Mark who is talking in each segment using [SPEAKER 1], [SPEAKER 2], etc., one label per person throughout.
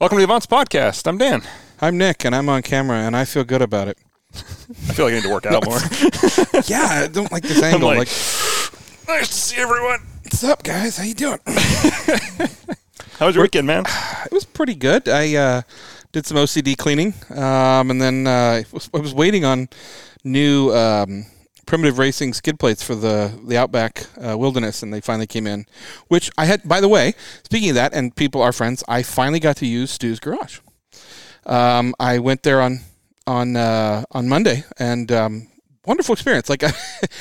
[SPEAKER 1] Welcome to the Avance Podcast. I'm Dan.
[SPEAKER 2] I'm Nick, and I'm on camera, and I feel good about it.
[SPEAKER 1] I feel like I need to work out more.
[SPEAKER 2] Yeah, I don't like this angle.
[SPEAKER 1] like-
[SPEAKER 2] like,
[SPEAKER 1] nice to see everyone.
[SPEAKER 2] what's up, guys? How you doing?
[SPEAKER 1] How was your weekend, man?
[SPEAKER 2] It was pretty good. I uh, did some OCD cleaning, um, and then uh, I was- I was waiting on new um, primitive racing skid plates for the the Outback uh, Wilderness, and they finally came in. Which I had, by the way, speaking of that, and people are friends. I finally got to use Stu's garage. Um, I went there on on uh, on Monday, and um, wonderful experience. Like, I,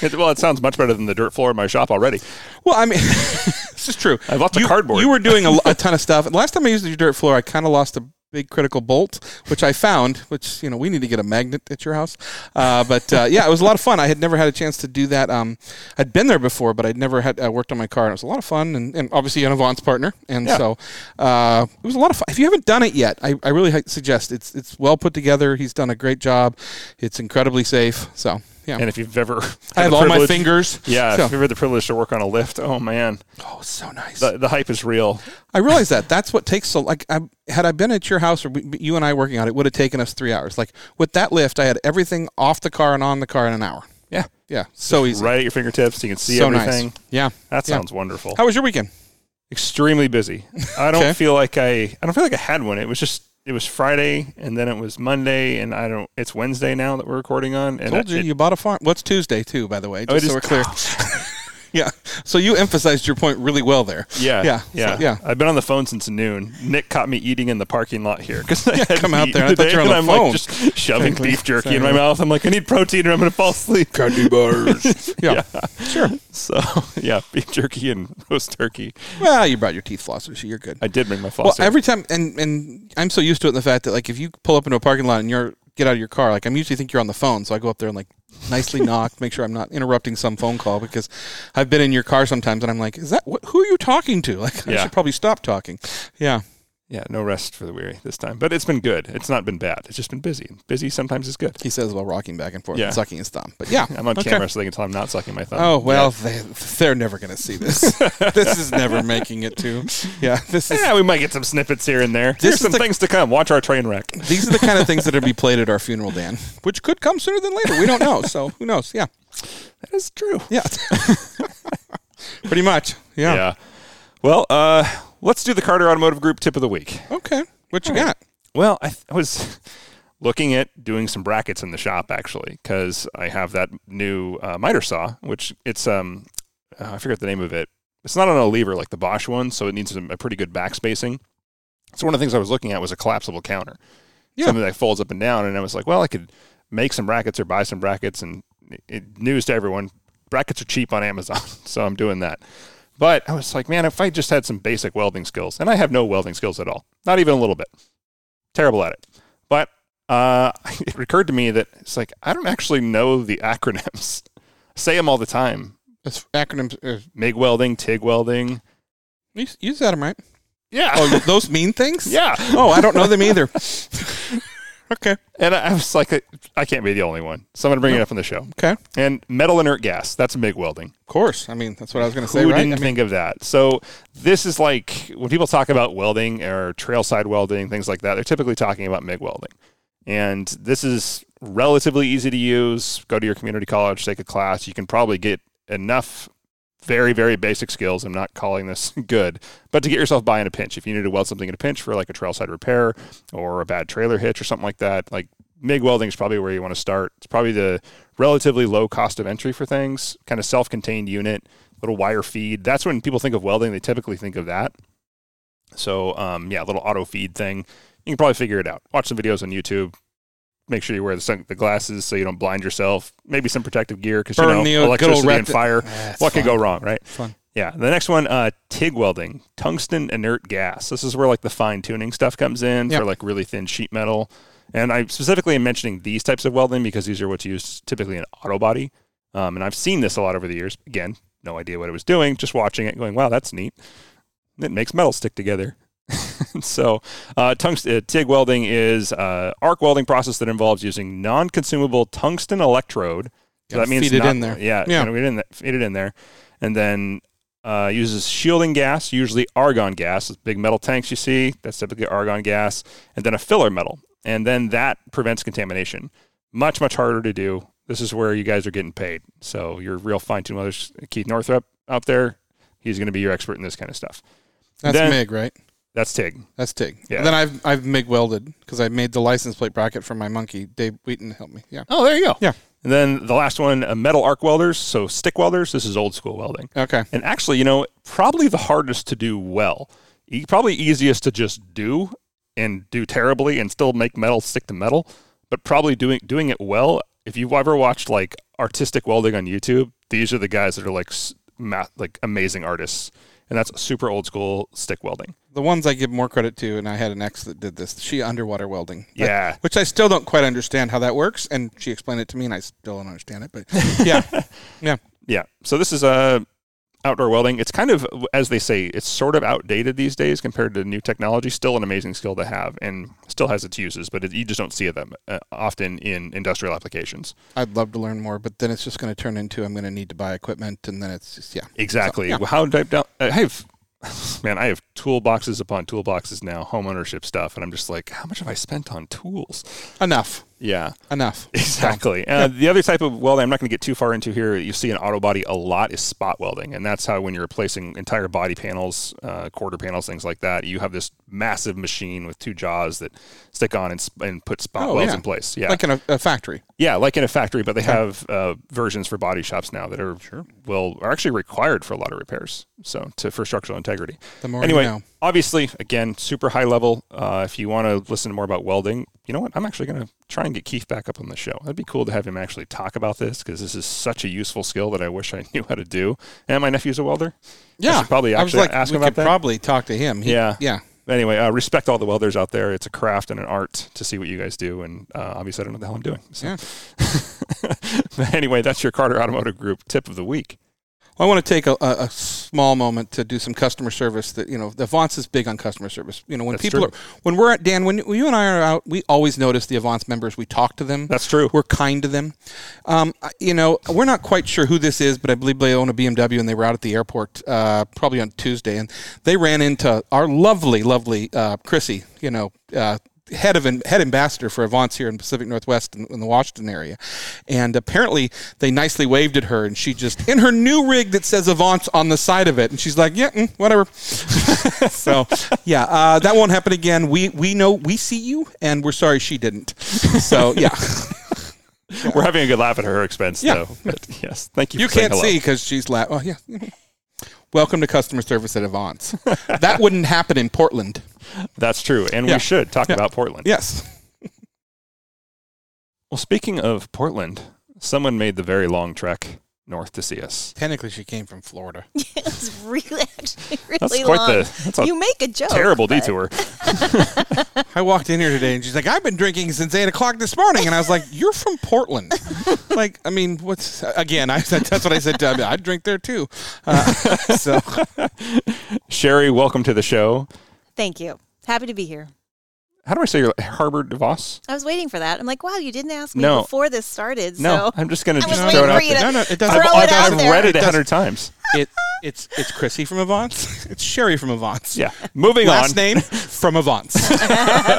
[SPEAKER 1] It- well, it sounds much better than the dirt floor in my shop already.
[SPEAKER 2] well, I mean, this is true.
[SPEAKER 1] I have lots
[SPEAKER 2] you,
[SPEAKER 1] of cardboard.
[SPEAKER 2] You were doing a, a ton of stuff. And last time I used your dirt floor, I kind of lost a big critical bolt, which I found. Which you know, we need to get a magnet at your house. Uh, but uh, yeah, it was a lot of fun. I had never had a chance to do that. Um, I'd been there before, but I'd never had uh, worked on my car, and it was a lot of fun. And, and obviously, an Avance partner, and
[SPEAKER 1] Yeah.
[SPEAKER 2] so uh, it was a lot of fun. If you haven't done it yet, I, I really hi- suggest it's it's well put together. He's done a great job. It's incredibly safe. So yeah,
[SPEAKER 1] And if you've ever, had
[SPEAKER 2] I have
[SPEAKER 1] the
[SPEAKER 2] all my
[SPEAKER 1] privilege-
[SPEAKER 2] fingers.
[SPEAKER 1] Yeah,
[SPEAKER 2] So-
[SPEAKER 1] if you've ever had the privilege to work on a lift, oh man,
[SPEAKER 2] oh, so nice.
[SPEAKER 1] the, the hype is real.
[SPEAKER 2] I realize that. That's what takes so. Like, I, had I been at your house or we, you and I working on it, it would have taken us three hours. Like with that lift, I had everything off the car and on the car in an hour.
[SPEAKER 1] Yeah,
[SPEAKER 2] Yeah, so easy,
[SPEAKER 1] right at your fingertips. You can see
[SPEAKER 2] so
[SPEAKER 1] everything.
[SPEAKER 2] nice. Yeah,
[SPEAKER 1] That
[SPEAKER 2] Yeah.
[SPEAKER 1] sounds wonderful.
[SPEAKER 2] How was your weekend?
[SPEAKER 1] Extremely busy. I don't
[SPEAKER 2] Okay.
[SPEAKER 1] feel like I. I don't feel like I had one. It was just. It was Friday, and then it was Monday, and I don't. It's Wednesday now that we're recording on. And
[SPEAKER 2] Told
[SPEAKER 1] I-
[SPEAKER 2] you
[SPEAKER 1] it-
[SPEAKER 2] you bought a farm. What's Tuesday too, by the way,
[SPEAKER 1] Oh, it
[SPEAKER 2] just so
[SPEAKER 1] is-
[SPEAKER 2] we're clear. yeah, so you emphasized your point really well there.
[SPEAKER 1] Yeah,
[SPEAKER 2] Yeah,
[SPEAKER 1] yeah,
[SPEAKER 2] so- yeah.
[SPEAKER 1] I've been on the phone since noon. Nick caught me eating in the parking lot here because I had
[SPEAKER 2] come
[SPEAKER 1] to
[SPEAKER 2] out
[SPEAKER 1] eat
[SPEAKER 2] there. I thought
[SPEAKER 1] today,
[SPEAKER 2] you were on
[SPEAKER 1] and
[SPEAKER 2] the
[SPEAKER 1] I'm
[SPEAKER 2] phone.
[SPEAKER 1] like just shoving
[SPEAKER 2] Frankly,
[SPEAKER 1] beef jerky in
[SPEAKER 2] sorry.
[SPEAKER 1] my mouth. I'm like, I need protein or I'm going to fall asleep.
[SPEAKER 2] Candy bars. yeah. sure.
[SPEAKER 1] So yeah, beef jerky and roast turkey.
[SPEAKER 2] Well, you brought your teeth flosser, so you're good.
[SPEAKER 1] I did bring my
[SPEAKER 2] Well,
[SPEAKER 1] flosser.
[SPEAKER 2] every time, and and I'm so used to it in the fact that like if you pull up into a parking lot and you're get out of your car, like I'm usually think you're on the phone, so I go up there and like nicely knock, make sure I'm not interrupting some phone call because I've been in your car sometimes and I'm like, is that what, who are you talking to? Like I
[SPEAKER 1] Yeah.
[SPEAKER 2] should probably stop talking. Yeah,
[SPEAKER 1] yeah, no rest for the weary this time, but it's been good. It's not been bad. It's just been busy. And busy sometimes is good.
[SPEAKER 2] he says while rocking back and forth
[SPEAKER 1] Yeah.
[SPEAKER 2] and sucking his thumb. But yeah,
[SPEAKER 1] I'm on
[SPEAKER 2] okay.
[SPEAKER 1] camera, so they can tell I'm not sucking my thumb.
[SPEAKER 2] Oh well, they, they're never going to see this. this is never making it to. Yeah, this is.
[SPEAKER 1] Yeah, we might get some snippets here and there. There's
[SPEAKER 2] is
[SPEAKER 1] some
[SPEAKER 2] the-
[SPEAKER 1] things to come. Watch our train wreck.
[SPEAKER 2] These are the kind of things that are be played at our funeral, Dan, which could come sooner than later. We don't know, so who knows? Yeah.
[SPEAKER 1] That is true.
[SPEAKER 2] Yeah. Pretty much. Yeah.
[SPEAKER 1] Yeah. Well, uh, let's do the Carter Automotive Group tip of the week.
[SPEAKER 2] Okay. What you got?
[SPEAKER 1] Well, I, th- I was looking at doing some brackets in the shop actually because I have that new uh, miter saw, which it's um uh, I forget the name of it. It's not on a lever like the Bosch one, so it needs some, a pretty good back spacing. So one of the things I was looking at was a collapsible counter,
[SPEAKER 2] Yeah.
[SPEAKER 1] something that folds up and down, and I was like, well, I could make some brackets or buy some brackets. And it- it, news to everyone, brackets are cheap on Amazon, so I'm doing that. But I was like, man, if I just had some basic welding skills, and I have no welding skills at all, not even a little bit terrible at it. But uh, it occurred to me that it's like I don't actually know the acronyms. Say them all the time:
[SPEAKER 2] That's acronyms. Uh,
[SPEAKER 1] MIG welding, TIG welding.
[SPEAKER 2] you, you said them right.
[SPEAKER 1] Yeah,
[SPEAKER 2] Oh, those mean things?
[SPEAKER 1] yeah.
[SPEAKER 2] Oh, I don't know them either. okay.
[SPEAKER 1] And I I was like, I- I can't be the only one, so I'm gonna bring it up on the show.
[SPEAKER 2] Okay. Of
[SPEAKER 1] And metal inert gas. That's MIG welding.
[SPEAKER 2] course. I mean, that's what I was going to say,
[SPEAKER 1] Who
[SPEAKER 2] right? I
[SPEAKER 1] didn't
[SPEAKER 2] mean,
[SPEAKER 1] think of that? So this is like when people talk about welding or trailside welding, things like that. They're typically talking about MIG welding, and this is relatively easy to use. Go to your community college, take a class. You can probably get enough very very basic skills. I'm not calling this good, but to get yourself by in a pinch, if you need to weld something in a pinch for like a trailside repair or a bad trailer hitch or something like that, like MIG welding is probably where you want to start. It's probably the relatively low cost of entry for things, kind of self contained unit, little wire feed. That's when people think of welding, they typically think of that. So, um, yeah, little auto feed thing. You can probably figure it out. Watch some videos on YouTube. Make sure you wear the, sun- the glasses so you don't blind yourself. Maybe some protective gear because you know
[SPEAKER 2] Burn the good old
[SPEAKER 1] electricity and
[SPEAKER 2] recti-
[SPEAKER 1] fire.
[SPEAKER 2] Ah, it's
[SPEAKER 1] what could
[SPEAKER 2] fun.
[SPEAKER 1] go wrong, right?
[SPEAKER 2] Fun.
[SPEAKER 1] Yeah. The next one, uh, TIG welding, tungsten inert gas. This is where like the fine tuning stuff comes in
[SPEAKER 2] Yep.
[SPEAKER 1] for like really thin sheet metal. And I specifically am mentioning these types of welding because these are what's used typically in auto body. Um, and I've seen this a lot over the years. Again, no idea what it was doing, just watching it, going, wow, that's neat. It makes metal stick together. so, uh, tungsten uh, TIG welding is uh, arc welding process that involves using non-consumable tungsten electrode. So
[SPEAKER 2] Gotta
[SPEAKER 1] that means
[SPEAKER 2] feed it
[SPEAKER 1] not-
[SPEAKER 2] in there.
[SPEAKER 1] Yeah,
[SPEAKER 2] Yeah.
[SPEAKER 1] yeah. Get in the, feed it in there, and then Uh, uses shielding gas, usually argon gas. Those big metal tanks you see, that's typically argon gas, and then a filler metal. And then that prevents contamination. Much, much harder to do. This is where you guys are getting paid. So your real fine tuned welders, Keith Northrup out there, he's going to be your expert in this kind of stuff.
[SPEAKER 2] That's
[SPEAKER 1] Then-
[SPEAKER 2] MIG, right?
[SPEAKER 1] That's TIG.
[SPEAKER 2] That's TIG.
[SPEAKER 1] Yeah.
[SPEAKER 2] And then I've I've MIG welded because I made the license plate bracket for my monkey. Dave Wheaton helped me. Yeah.
[SPEAKER 1] Oh, there you go.
[SPEAKER 2] Yeah.
[SPEAKER 1] And then the last one, uh, metal arc welders. So stick welders. This is old school welding.
[SPEAKER 2] Okay.
[SPEAKER 1] And actually, you know, probably the hardest to do well. E- Probably easiest to just do and do terribly and still make metal stick to metal, but probably doing doing it well. If you've ever watched like artistic welding on YouTube, these are the guys that are like s- ma like amazing artists. And that's super old school stick welding.
[SPEAKER 2] The ones I give more credit to, and I had an ex that did this. She underwater welding. But-
[SPEAKER 1] Yeah.
[SPEAKER 2] Which I still don't quite understand how that works, and she explained it to me, and I still don't understand it. But yeah, yeah,
[SPEAKER 1] Yeah. So this is uh, outdoor welding. It's kind of as they say, it's sort of outdated these days compared to new technology. Still an amazing skill to have, and still has its uses, but it, you just don't see them uh, often in industrial applications.
[SPEAKER 2] I'd love to learn more, but then it's just going to turn into I'm going to need to buy equipment, and then it's just yeah.
[SPEAKER 1] Exactly. How type down? I have. Man, I have toolboxes upon toolboxes now, home ownership stuff, and I'm just like, how much have I spent on tools?
[SPEAKER 2] Enough,
[SPEAKER 1] Yeah.
[SPEAKER 2] enough.
[SPEAKER 1] Exactly. Uh, the other type of welding I'm not going to get too far into here. You see in auto body a lot is spot welding, and that's how when you're replacing entire body panels, uh, quarter panels, things like that, you have this massive machine with two jaws that stick on and, sp- and put spot
[SPEAKER 2] Oh,
[SPEAKER 1] welds
[SPEAKER 2] yeah.
[SPEAKER 1] in place. Yeah,
[SPEAKER 2] Like in a, a factory.
[SPEAKER 1] yeah, like in a factory, but they have uh, versions for body shops now that are will are actually required for a lot of repairs. So to for structural integrity.
[SPEAKER 2] The more
[SPEAKER 1] anyway,
[SPEAKER 2] you know.
[SPEAKER 1] obviously, again, super high level. Uh, if you want to listen more about welding, you know what? I'm actually going to try and get Keith back up on the show. That'd be cool to have him actually talk about this because this is such a useful skill that I wish I knew how to do. And my nephew's a welder.
[SPEAKER 2] Yeah,
[SPEAKER 1] should probably
[SPEAKER 2] I was
[SPEAKER 1] actually
[SPEAKER 2] like,
[SPEAKER 1] ask
[SPEAKER 2] we
[SPEAKER 1] him about
[SPEAKER 2] could
[SPEAKER 1] that.
[SPEAKER 2] probably talk to him. He-
[SPEAKER 1] Yeah.
[SPEAKER 2] yeah.
[SPEAKER 1] Anyway, uh, respect all the welders out there. It's a craft and an art to see what you guys do. And uh, obviously, I don't know what the hell I'm doing. So.
[SPEAKER 2] Yeah.
[SPEAKER 1] But anyway, that's your Carter Automotive Group tip of the week.
[SPEAKER 2] Well, I want to take a, a, a small moment to do some customer service. That you know, the Avance is big on customer service. You know, when
[SPEAKER 1] That's
[SPEAKER 2] people
[SPEAKER 1] true.
[SPEAKER 2] are when we're at Dan, when you and I are out, we always notice the Avance members. We talk to them.
[SPEAKER 1] That's true.
[SPEAKER 2] We're kind to them. Um, I- you know, we're not quite sure who this is, but I believe they own a BMW, and they were out at the airport uh, probably on Tuesday, and they ran into our lovely, lovely uh, Chrissy. You know. Uh, Head of head ambassador for Avance here in Pacific Northwest in, in the Washington area, and apparently they nicely waved at her, and she just in her new rig that says Avance on the side of it, and she's like, "Yeah, mm, whatever." so, yeah, uh, that won't happen again. We we know we see you, and we're sorry she didn't. So, yeah.
[SPEAKER 1] We're having a good laugh at her expense,
[SPEAKER 2] Yeah.
[SPEAKER 1] though. But yes, thank you.
[SPEAKER 2] You
[SPEAKER 1] for saying
[SPEAKER 2] can't
[SPEAKER 1] hello.
[SPEAKER 2] see because she's la- oh yeah. Welcome to customer service at Avance. that wouldn't happen in Portland.
[SPEAKER 1] That's true, and
[SPEAKER 2] Yeah.
[SPEAKER 1] we should talk
[SPEAKER 2] Yeah.
[SPEAKER 1] about Portland.
[SPEAKER 2] Yes.
[SPEAKER 1] Well, speaking of Portland, someone made the very long trek north to see us.
[SPEAKER 2] Technically, she came from Florida.
[SPEAKER 3] it's really actually really
[SPEAKER 1] That's quite
[SPEAKER 3] long.
[SPEAKER 1] the that's a
[SPEAKER 3] you make a joke.
[SPEAKER 1] terrible
[SPEAKER 3] but-
[SPEAKER 1] detour.
[SPEAKER 2] I walked in here today and she's like, "I've been drinking since eight o'clock this morning," and I was like, "You're from Portland." like, I mean, what's again? I said that's what I said. To, I drink there too. Uh, so
[SPEAKER 1] Sherry, welcome to the show.
[SPEAKER 3] Thank you. Happy to be here.
[SPEAKER 1] How do I say your Harbor DeVos?
[SPEAKER 3] I was waiting for that. I'm like, wow, you didn't ask me
[SPEAKER 1] No.
[SPEAKER 3] before this started.
[SPEAKER 1] No,
[SPEAKER 3] so
[SPEAKER 1] I'm just gonna
[SPEAKER 3] I was
[SPEAKER 1] just
[SPEAKER 3] waiting
[SPEAKER 1] throw it out.
[SPEAKER 3] for you
[SPEAKER 1] there.
[SPEAKER 3] to-
[SPEAKER 2] no, no, it doesn't.
[SPEAKER 1] I've,
[SPEAKER 3] throw it
[SPEAKER 1] I've-
[SPEAKER 3] out
[SPEAKER 1] I've
[SPEAKER 3] there.
[SPEAKER 1] read it a
[SPEAKER 2] It
[SPEAKER 1] hundred times.
[SPEAKER 2] It, it's it's Chrissy from Avance. It's Sherry from Avance.
[SPEAKER 1] Yeah. Moving
[SPEAKER 2] Last
[SPEAKER 1] on.
[SPEAKER 2] name from Avance.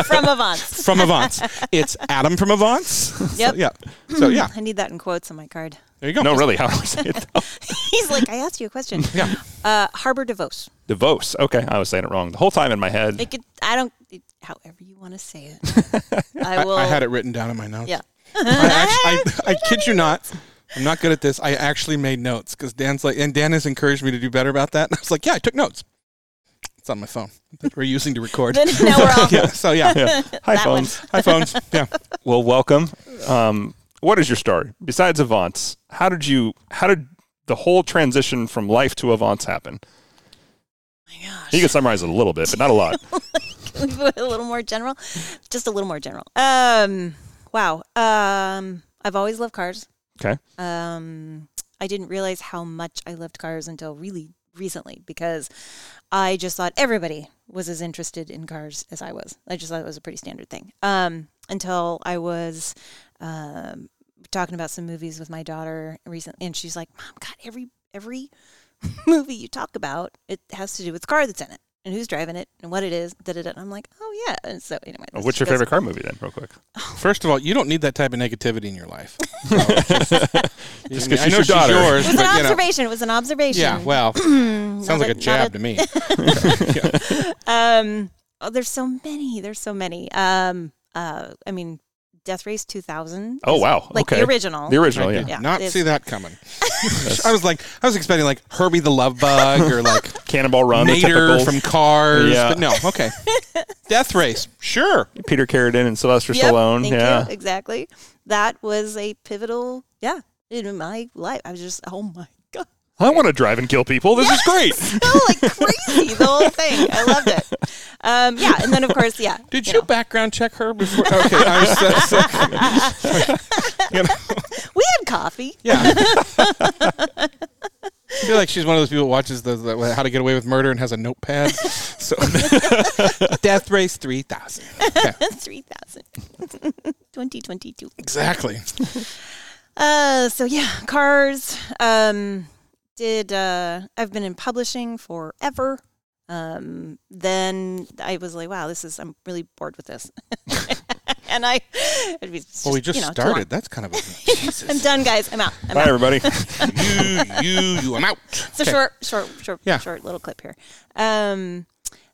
[SPEAKER 3] from Avance.
[SPEAKER 2] from Avance. It's Adam from Avance.
[SPEAKER 3] Yep.
[SPEAKER 2] So, yeah. So yeah,
[SPEAKER 3] I need that in quotes on my card.
[SPEAKER 2] there you go.
[SPEAKER 1] No, really. How do I say it?
[SPEAKER 3] He's like, I asked you a question.
[SPEAKER 2] Yeah.
[SPEAKER 3] Uh, Harbor DeVos.
[SPEAKER 1] DeVos. Okay, I was saying it wrong the whole time in my head.
[SPEAKER 3] It could, I don't, it- however you want to say it. I will.
[SPEAKER 2] I had it written down in my notes.
[SPEAKER 3] Yeah.
[SPEAKER 2] I, actu- I, I kid you not. I'm not good at this. I actually made notes because Dan's like, and Dan has encouraged me to do better about that. And I was like, yeah, I took notes. It's on my phone that we're using to record.
[SPEAKER 3] Then now we're all. oh
[SPEAKER 2] yeah. So yeah.
[SPEAKER 1] Yeah. Hi,
[SPEAKER 3] That one.
[SPEAKER 1] phones.
[SPEAKER 2] iPhones. Yeah.
[SPEAKER 1] Well, welcome. Um, what is your story besides Avance? How did you? How did the whole transition from life to Avance happen?
[SPEAKER 3] my gosh.
[SPEAKER 1] You can summarize it a little bit, but not a lot.
[SPEAKER 3] Leave it a little more general just a little more general um wow um i've always loved cars
[SPEAKER 1] Okay.
[SPEAKER 3] um i didn't realize how much i loved cars until really recently because i just thought everybody was as interested in cars as i was i just thought it was a pretty standard thing um until i was um talking about some movies with my daughter recently and she's like mom god every every movie you talk about, it has to do with the car that's in it and who's driving it and what it is. Da, da, da. And I'm like, oh yeah. And so anyway, that's
[SPEAKER 1] What's your
[SPEAKER 3] just-
[SPEAKER 1] favorite car movie then, real quick?
[SPEAKER 2] First of all, you don't need that type of negativity in your life.
[SPEAKER 1] Just
[SPEAKER 2] I
[SPEAKER 1] 'cause
[SPEAKER 2] mean, I
[SPEAKER 1] she's
[SPEAKER 2] know
[SPEAKER 1] your
[SPEAKER 2] she's
[SPEAKER 1] daughter.
[SPEAKER 2] yours,
[SPEAKER 3] It was an
[SPEAKER 2] but you know.
[SPEAKER 3] observation. It was an observation.
[SPEAKER 2] Yeah, well, sounds
[SPEAKER 3] Not
[SPEAKER 2] like a
[SPEAKER 3] not
[SPEAKER 2] jab to me.
[SPEAKER 3] Um, oh, there's so many. There's so many. Um, uh, I mean, Death Race 2000.
[SPEAKER 1] Oh wow.
[SPEAKER 3] Like
[SPEAKER 1] okay.
[SPEAKER 3] the original.
[SPEAKER 1] The original,
[SPEAKER 2] I
[SPEAKER 1] Oh, yeah.
[SPEAKER 2] did
[SPEAKER 3] Yeah,
[SPEAKER 2] not
[SPEAKER 3] it's-
[SPEAKER 2] see that coming. I was like, I was expecting like Herbie the Love Bug or like
[SPEAKER 1] Cannonball Run, the
[SPEAKER 2] Mater
[SPEAKER 1] typical
[SPEAKER 2] from Cars,
[SPEAKER 1] Yeah.
[SPEAKER 2] but no, okay. Death Race, sure.
[SPEAKER 1] Peter Carradine and Sylvester
[SPEAKER 3] Yep,
[SPEAKER 1] Stallone.
[SPEAKER 3] thank
[SPEAKER 1] Yeah.
[SPEAKER 3] you. Exactly. That was a pivotal. Yeah. In my life, I was just oh my god,
[SPEAKER 1] I want to drive and kill people. This is great.
[SPEAKER 3] oh, like crazy the whole thing. I loved it. Um, yeah, and then of course, yeah.
[SPEAKER 2] Did you background check her before? Okay, I was, so- so- you know,
[SPEAKER 3] We had coffee.
[SPEAKER 2] yeah. I feel like she's one of those people that watches the, the How to Get Away with Murder and has a notepad. So, Death Race three thousand.
[SPEAKER 3] Three thousand. 2022.
[SPEAKER 2] Exactly.
[SPEAKER 3] Uh, so yeah, cars. Um, did uh, I've been in publishing forever. Um, then I was like, wow, this is I'm really bored with this, and I. It was just,
[SPEAKER 2] Well, we just
[SPEAKER 3] you know, too long.
[SPEAKER 2] started. That's kind of a
[SPEAKER 3] I'm
[SPEAKER 2] Jesus.
[SPEAKER 3] done, guys. I'm out. I'm
[SPEAKER 1] Bye
[SPEAKER 3] out.
[SPEAKER 1] everybody.
[SPEAKER 2] you, you, you. I'm out.
[SPEAKER 3] It's a short, short, short,
[SPEAKER 2] Yeah.
[SPEAKER 3] short little clip here. Um,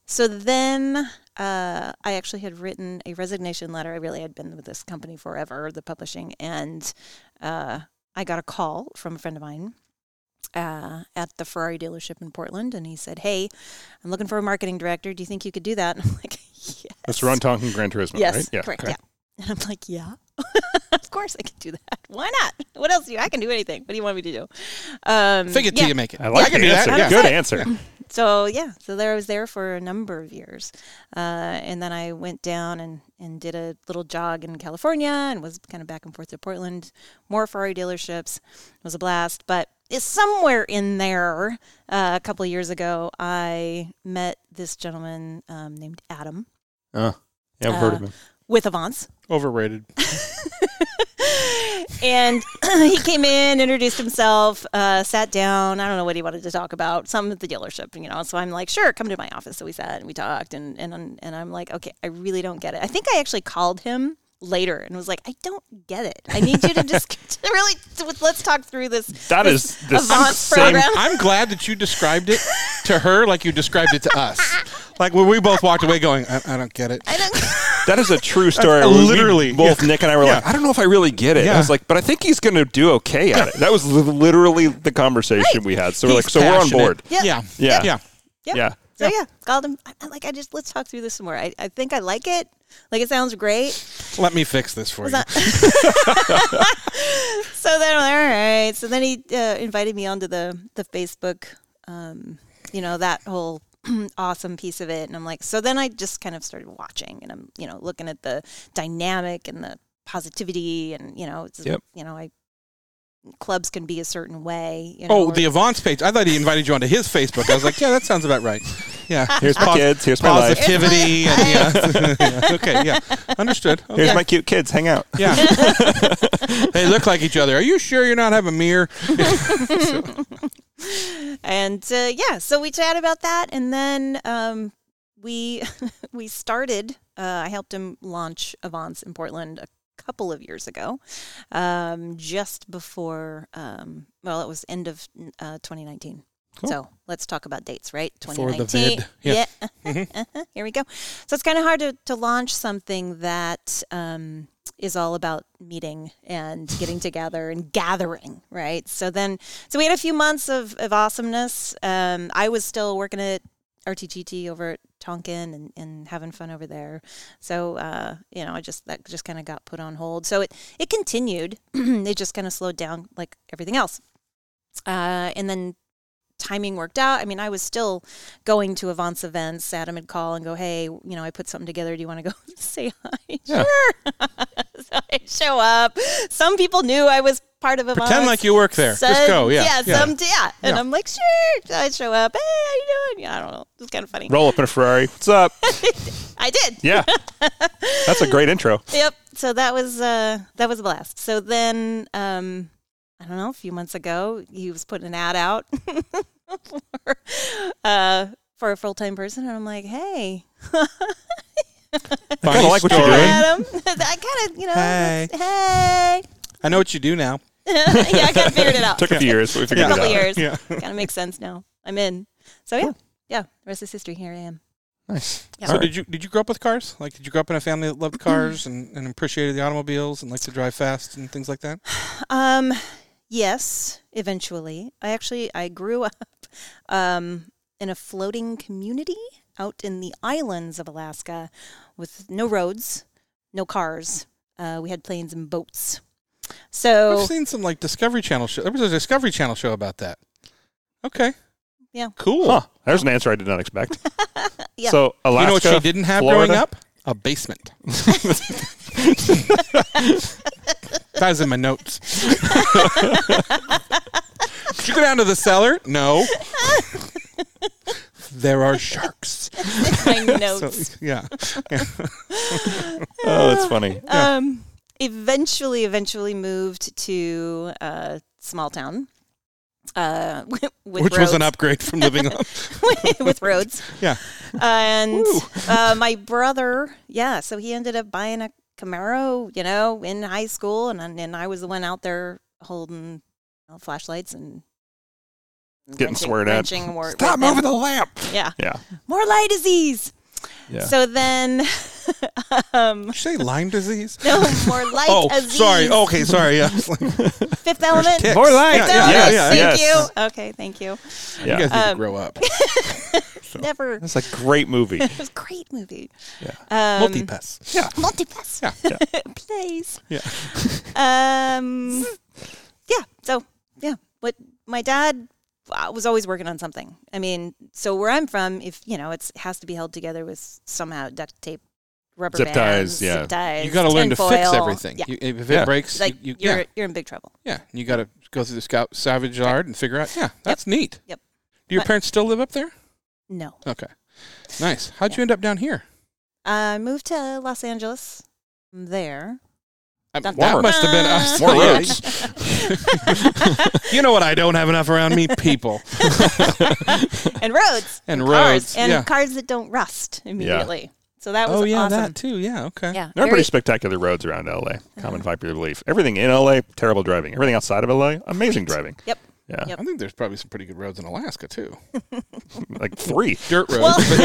[SPEAKER 3] so then uh, I actually had written a resignation letter. I really had been with this company forever, the publishing, and uh, I got a call from a friend of mine uh, at the Ferrari dealership in Portland, and he said, "Hey, I'm looking for a marketing director. Do you think you could do that?" And I'm like, "Yes."
[SPEAKER 1] That's Ron Tonkin Gran Turismo,
[SPEAKER 3] Yes,
[SPEAKER 1] right?
[SPEAKER 3] correct.
[SPEAKER 1] okay.
[SPEAKER 3] Yeah. And I'm like, yeah, of course I can do that. Why not? What else do you? I can do anything. What do you want me to do? Um,
[SPEAKER 2] Fake it
[SPEAKER 3] yeah.
[SPEAKER 2] till you make it.
[SPEAKER 1] I like
[SPEAKER 2] can
[SPEAKER 1] the
[SPEAKER 2] do that.
[SPEAKER 1] answer.
[SPEAKER 2] Yeah.
[SPEAKER 1] Good answer.
[SPEAKER 3] So yeah, so there I was there for a number of years, uh, and then I went down and and did a little jog in California and was kind of back and forth to Portland, more Ferrari dealerships. It was a blast, but it's somewhere in there. Uh, a couple of years ago, I met this gentleman um, named Adam
[SPEAKER 1] Uh, yeah, I've heard of him.
[SPEAKER 3] with Avance.
[SPEAKER 2] Overrated.
[SPEAKER 3] and he came in, introduced himself, uh, sat down. I don't know what he wanted to talk about. Some at the dealership, you know. So I'm like, sure, come to my office. So we sat and we talked, and and and I'm like, okay, I really don't get it. I think I actually called him later and was like, I don't get it. I need you to just to really let's talk through this.
[SPEAKER 1] That is the
[SPEAKER 3] Avant
[SPEAKER 1] same.
[SPEAKER 3] program.
[SPEAKER 2] I'm glad that you described it to her like you described it to us. Like when we both walked away going, I, I don't get it.
[SPEAKER 3] I don't.
[SPEAKER 1] That is a true story.
[SPEAKER 2] That's
[SPEAKER 1] We-
[SPEAKER 2] literally-
[SPEAKER 1] both Nick and I were like, I don't know if I really get it. And I
[SPEAKER 2] Yeah.
[SPEAKER 1] was like, but I think he's going to do okay at it. That was li- literally the conversation we had. So we're like,
[SPEAKER 2] He's
[SPEAKER 1] so we're on
[SPEAKER 2] passionate.
[SPEAKER 1] board.
[SPEAKER 3] Yep.
[SPEAKER 2] Yeah.
[SPEAKER 1] Yeah.
[SPEAKER 2] Yeah.
[SPEAKER 3] Yep.
[SPEAKER 1] Yeah.
[SPEAKER 3] So yeah, called him. I, I'm like, I just let's talk through this some more. I, I think I like it. Like it sounds great.
[SPEAKER 2] Let me fix this for you.
[SPEAKER 3] so then I'm like, all right. So then he uh, invited me onto the the Facebook, um, you know, that whole awesome piece of it, and I'm like, so then I just kind of started watching, and I'm you know looking at the dynamic and the positivity, and you know, it's,
[SPEAKER 1] Yep.
[SPEAKER 3] you know, I clubs can be a certain way. You know,
[SPEAKER 2] Oh,
[SPEAKER 3] or-
[SPEAKER 2] the Avance page. I thought he invited you onto his Facebook. I was like, yeah, that sounds about right. Yeah.
[SPEAKER 1] Here's my
[SPEAKER 2] Pos-
[SPEAKER 1] kids. Here's my life.
[SPEAKER 2] Positivity. and yeah. Yeah. Okay. Yeah. Understood. Okay.
[SPEAKER 1] Here's my cute kids. Hang out.
[SPEAKER 2] yeah. they look like each other. Are you sure you're not having a mirror?
[SPEAKER 3] and uh, yeah, so we chat about that, and then um, we we started. Uh, I helped him launch Avance in Portland a couple of years ago, um, just before. Um, well, it was end of uh, 2019.
[SPEAKER 1] Cool.
[SPEAKER 3] So let's talk about dates, right?
[SPEAKER 2] Before the
[SPEAKER 3] 2019.
[SPEAKER 2] vid. Yeah. Mm-hmm.
[SPEAKER 3] Yeah. Here we go. So it's kind of hard to, to launch something that um, is all about meeting and getting together and gathering, right? So then, so we had a few months of, of awesomeness. Um, I was still working at RTGT over at Tonkin and, and having fun over there. So, uh, you know, I just, that just kind of got put on hold. So it, it continued. it just kind of slowed down like everything else. Uh, and then timing worked out. I mean, I was still going to Avance events. Adam would call and go, "Hey, you know, I put something together. Do you want to go say hi?"
[SPEAKER 1] Yeah.
[SPEAKER 3] Sure. so I show up. Some people knew I was part of Avance.
[SPEAKER 2] Pretend like you work there.
[SPEAKER 3] Some-
[SPEAKER 2] Just go. Yeah.
[SPEAKER 3] Yeah. Some. Yeah. And
[SPEAKER 2] Yeah.
[SPEAKER 3] I'm like, sure. So I show up. Hey, how you doing? Yeah, I don't know. It's kind of funny.
[SPEAKER 1] Roll up in a Ferrari. What's up?
[SPEAKER 3] I did.
[SPEAKER 1] Yeah. That's a great intro.
[SPEAKER 3] Yep. So that was uh that was a blast. So then um I don't know, a few months ago, he was putting an ad out for, uh, for a full time person, and I'm like, hey,
[SPEAKER 1] I like what you're
[SPEAKER 2] story.
[SPEAKER 1] doing.
[SPEAKER 3] Adam, I kind of you know,
[SPEAKER 2] Hey.
[SPEAKER 3] that's- hey,
[SPEAKER 2] I know what you do now.
[SPEAKER 3] yeah, I kind of figured it out.
[SPEAKER 1] Took a few years, but we
[SPEAKER 3] a
[SPEAKER 1] figured
[SPEAKER 3] couple
[SPEAKER 1] it out.
[SPEAKER 3] years,
[SPEAKER 2] Yeah.
[SPEAKER 3] kind of makes sense now. I'm in. So yeah, yeah. The rest is history. Here I am.
[SPEAKER 1] Nice.
[SPEAKER 3] Yeah.
[SPEAKER 2] So
[SPEAKER 1] All right.
[SPEAKER 2] did you did you grow up with cars? Like did you grow up in a family that loved cars and, and appreciated the automobiles and liked to drive fast and things like that?
[SPEAKER 3] Um, yes, eventually. I actually I grew up um, in a floating community out in the islands of Alaska with no roads, no cars. Uh, we had planes and boats.
[SPEAKER 2] I've
[SPEAKER 3] So
[SPEAKER 2] seen some like Discovery Channel show. There was a Discovery Channel show about that. Okay.
[SPEAKER 3] Yeah.
[SPEAKER 2] Cool.
[SPEAKER 1] Huh. There's an answer I did not expect.
[SPEAKER 3] Yeah.
[SPEAKER 1] So Alaska.
[SPEAKER 2] you know what she didn't have
[SPEAKER 1] Florida.
[SPEAKER 2] growing up? A basement. that was in my notes. Did you go down to the cellar? No. there are sharks.
[SPEAKER 3] my
[SPEAKER 2] So,
[SPEAKER 3] notes.
[SPEAKER 2] yeah.
[SPEAKER 1] Oh, that's funny.
[SPEAKER 3] um, eventually, eventually moved to a small town. Uh, with
[SPEAKER 2] Which was an
[SPEAKER 3] roads.
[SPEAKER 2] upgrade from living on.
[SPEAKER 3] with roads.
[SPEAKER 2] Yeah.
[SPEAKER 3] And uh, my brother, yeah, so he ended up buying a Camaro, you know, in high school, and and I was the one out there holding you know, flashlights and
[SPEAKER 1] Getting
[SPEAKER 3] wrenching-
[SPEAKER 1] sweared at.
[SPEAKER 3] wrenching wor-
[SPEAKER 1] Stop
[SPEAKER 3] with them.
[SPEAKER 1] moving the lamp.
[SPEAKER 3] Yeah,
[SPEAKER 1] Yeah.
[SPEAKER 3] more eye disease.
[SPEAKER 1] Yeah.
[SPEAKER 3] So then,
[SPEAKER 2] Did
[SPEAKER 3] um,
[SPEAKER 2] you say Lyme disease?
[SPEAKER 3] no more light.
[SPEAKER 2] Oh,
[SPEAKER 3] disease.
[SPEAKER 2] sorry. Okay, sorry. Yeah. I was like,
[SPEAKER 3] Fifth element.
[SPEAKER 2] ticks.
[SPEAKER 1] More light.
[SPEAKER 2] Yeah,
[SPEAKER 3] Fifth
[SPEAKER 2] yeah, yeah,
[SPEAKER 3] element.
[SPEAKER 1] yeah,
[SPEAKER 3] thank
[SPEAKER 1] yeah.
[SPEAKER 3] you. Okay, thank you.
[SPEAKER 2] You
[SPEAKER 1] yeah.
[SPEAKER 2] guys need to
[SPEAKER 3] Um,
[SPEAKER 2] grow up.
[SPEAKER 3] Never. It
[SPEAKER 1] That's a great movie.
[SPEAKER 3] was a great movie.
[SPEAKER 1] Yeah.
[SPEAKER 3] Um,
[SPEAKER 2] Multi-pest.
[SPEAKER 3] Multipass.
[SPEAKER 2] Yeah.
[SPEAKER 3] Please.
[SPEAKER 2] Yeah.
[SPEAKER 3] Um, yeah. So yeah, what my dad uh, was always working on something. I mean, so where I'm from, if you know, it's has to be held together with somehow duct tape, rubber
[SPEAKER 1] Zip
[SPEAKER 3] bands,
[SPEAKER 1] ties, yeah.
[SPEAKER 3] zip ties.
[SPEAKER 2] you got to learn to fix
[SPEAKER 3] tinfoil.
[SPEAKER 2] everything.
[SPEAKER 3] Yeah.
[SPEAKER 2] You, if it
[SPEAKER 1] Yeah.
[SPEAKER 2] breaks,
[SPEAKER 3] like
[SPEAKER 2] you,
[SPEAKER 3] you, are
[SPEAKER 2] yeah,
[SPEAKER 3] you're in big trouble.
[SPEAKER 2] yeah, you got to go through the scout salvage yard and figure out. Yeah, that's neat.
[SPEAKER 3] Yep.
[SPEAKER 2] Do your
[SPEAKER 3] But-
[SPEAKER 2] parents still live up there?
[SPEAKER 3] No,
[SPEAKER 2] Okay, nice. How'd you end up down here?
[SPEAKER 3] I moved to Los Angeles. I'm there.
[SPEAKER 2] I-
[SPEAKER 3] Dun,
[SPEAKER 2] that
[SPEAKER 1] dun,
[SPEAKER 2] must have been us.
[SPEAKER 1] More
[SPEAKER 2] Yeah.
[SPEAKER 1] roads.
[SPEAKER 2] you know what? I don't have enough around me. People
[SPEAKER 3] and roads
[SPEAKER 2] and
[SPEAKER 3] cars
[SPEAKER 2] roads.
[SPEAKER 3] and
[SPEAKER 2] yeah.
[SPEAKER 3] cars that don't rust immediately. So that was
[SPEAKER 2] Oh yeah,
[SPEAKER 3] awesome.
[SPEAKER 2] that too. Yeah. Okay.
[SPEAKER 3] Yeah,
[SPEAKER 1] There are
[SPEAKER 3] very-
[SPEAKER 1] pretty spectacular roads around LA. Common popular belief. Everything in LA, terrible driving. Everything outside of LA, amazing driving.
[SPEAKER 3] Yep.
[SPEAKER 1] Yeah.
[SPEAKER 3] Yep.
[SPEAKER 2] I think there's probably some pretty good roads in Alaska too.
[SPEAKER 1] Like three.
[SPEAKER 2] Dirt roads.
[SPEAKER 3] Well,
[SPEAKER 2] but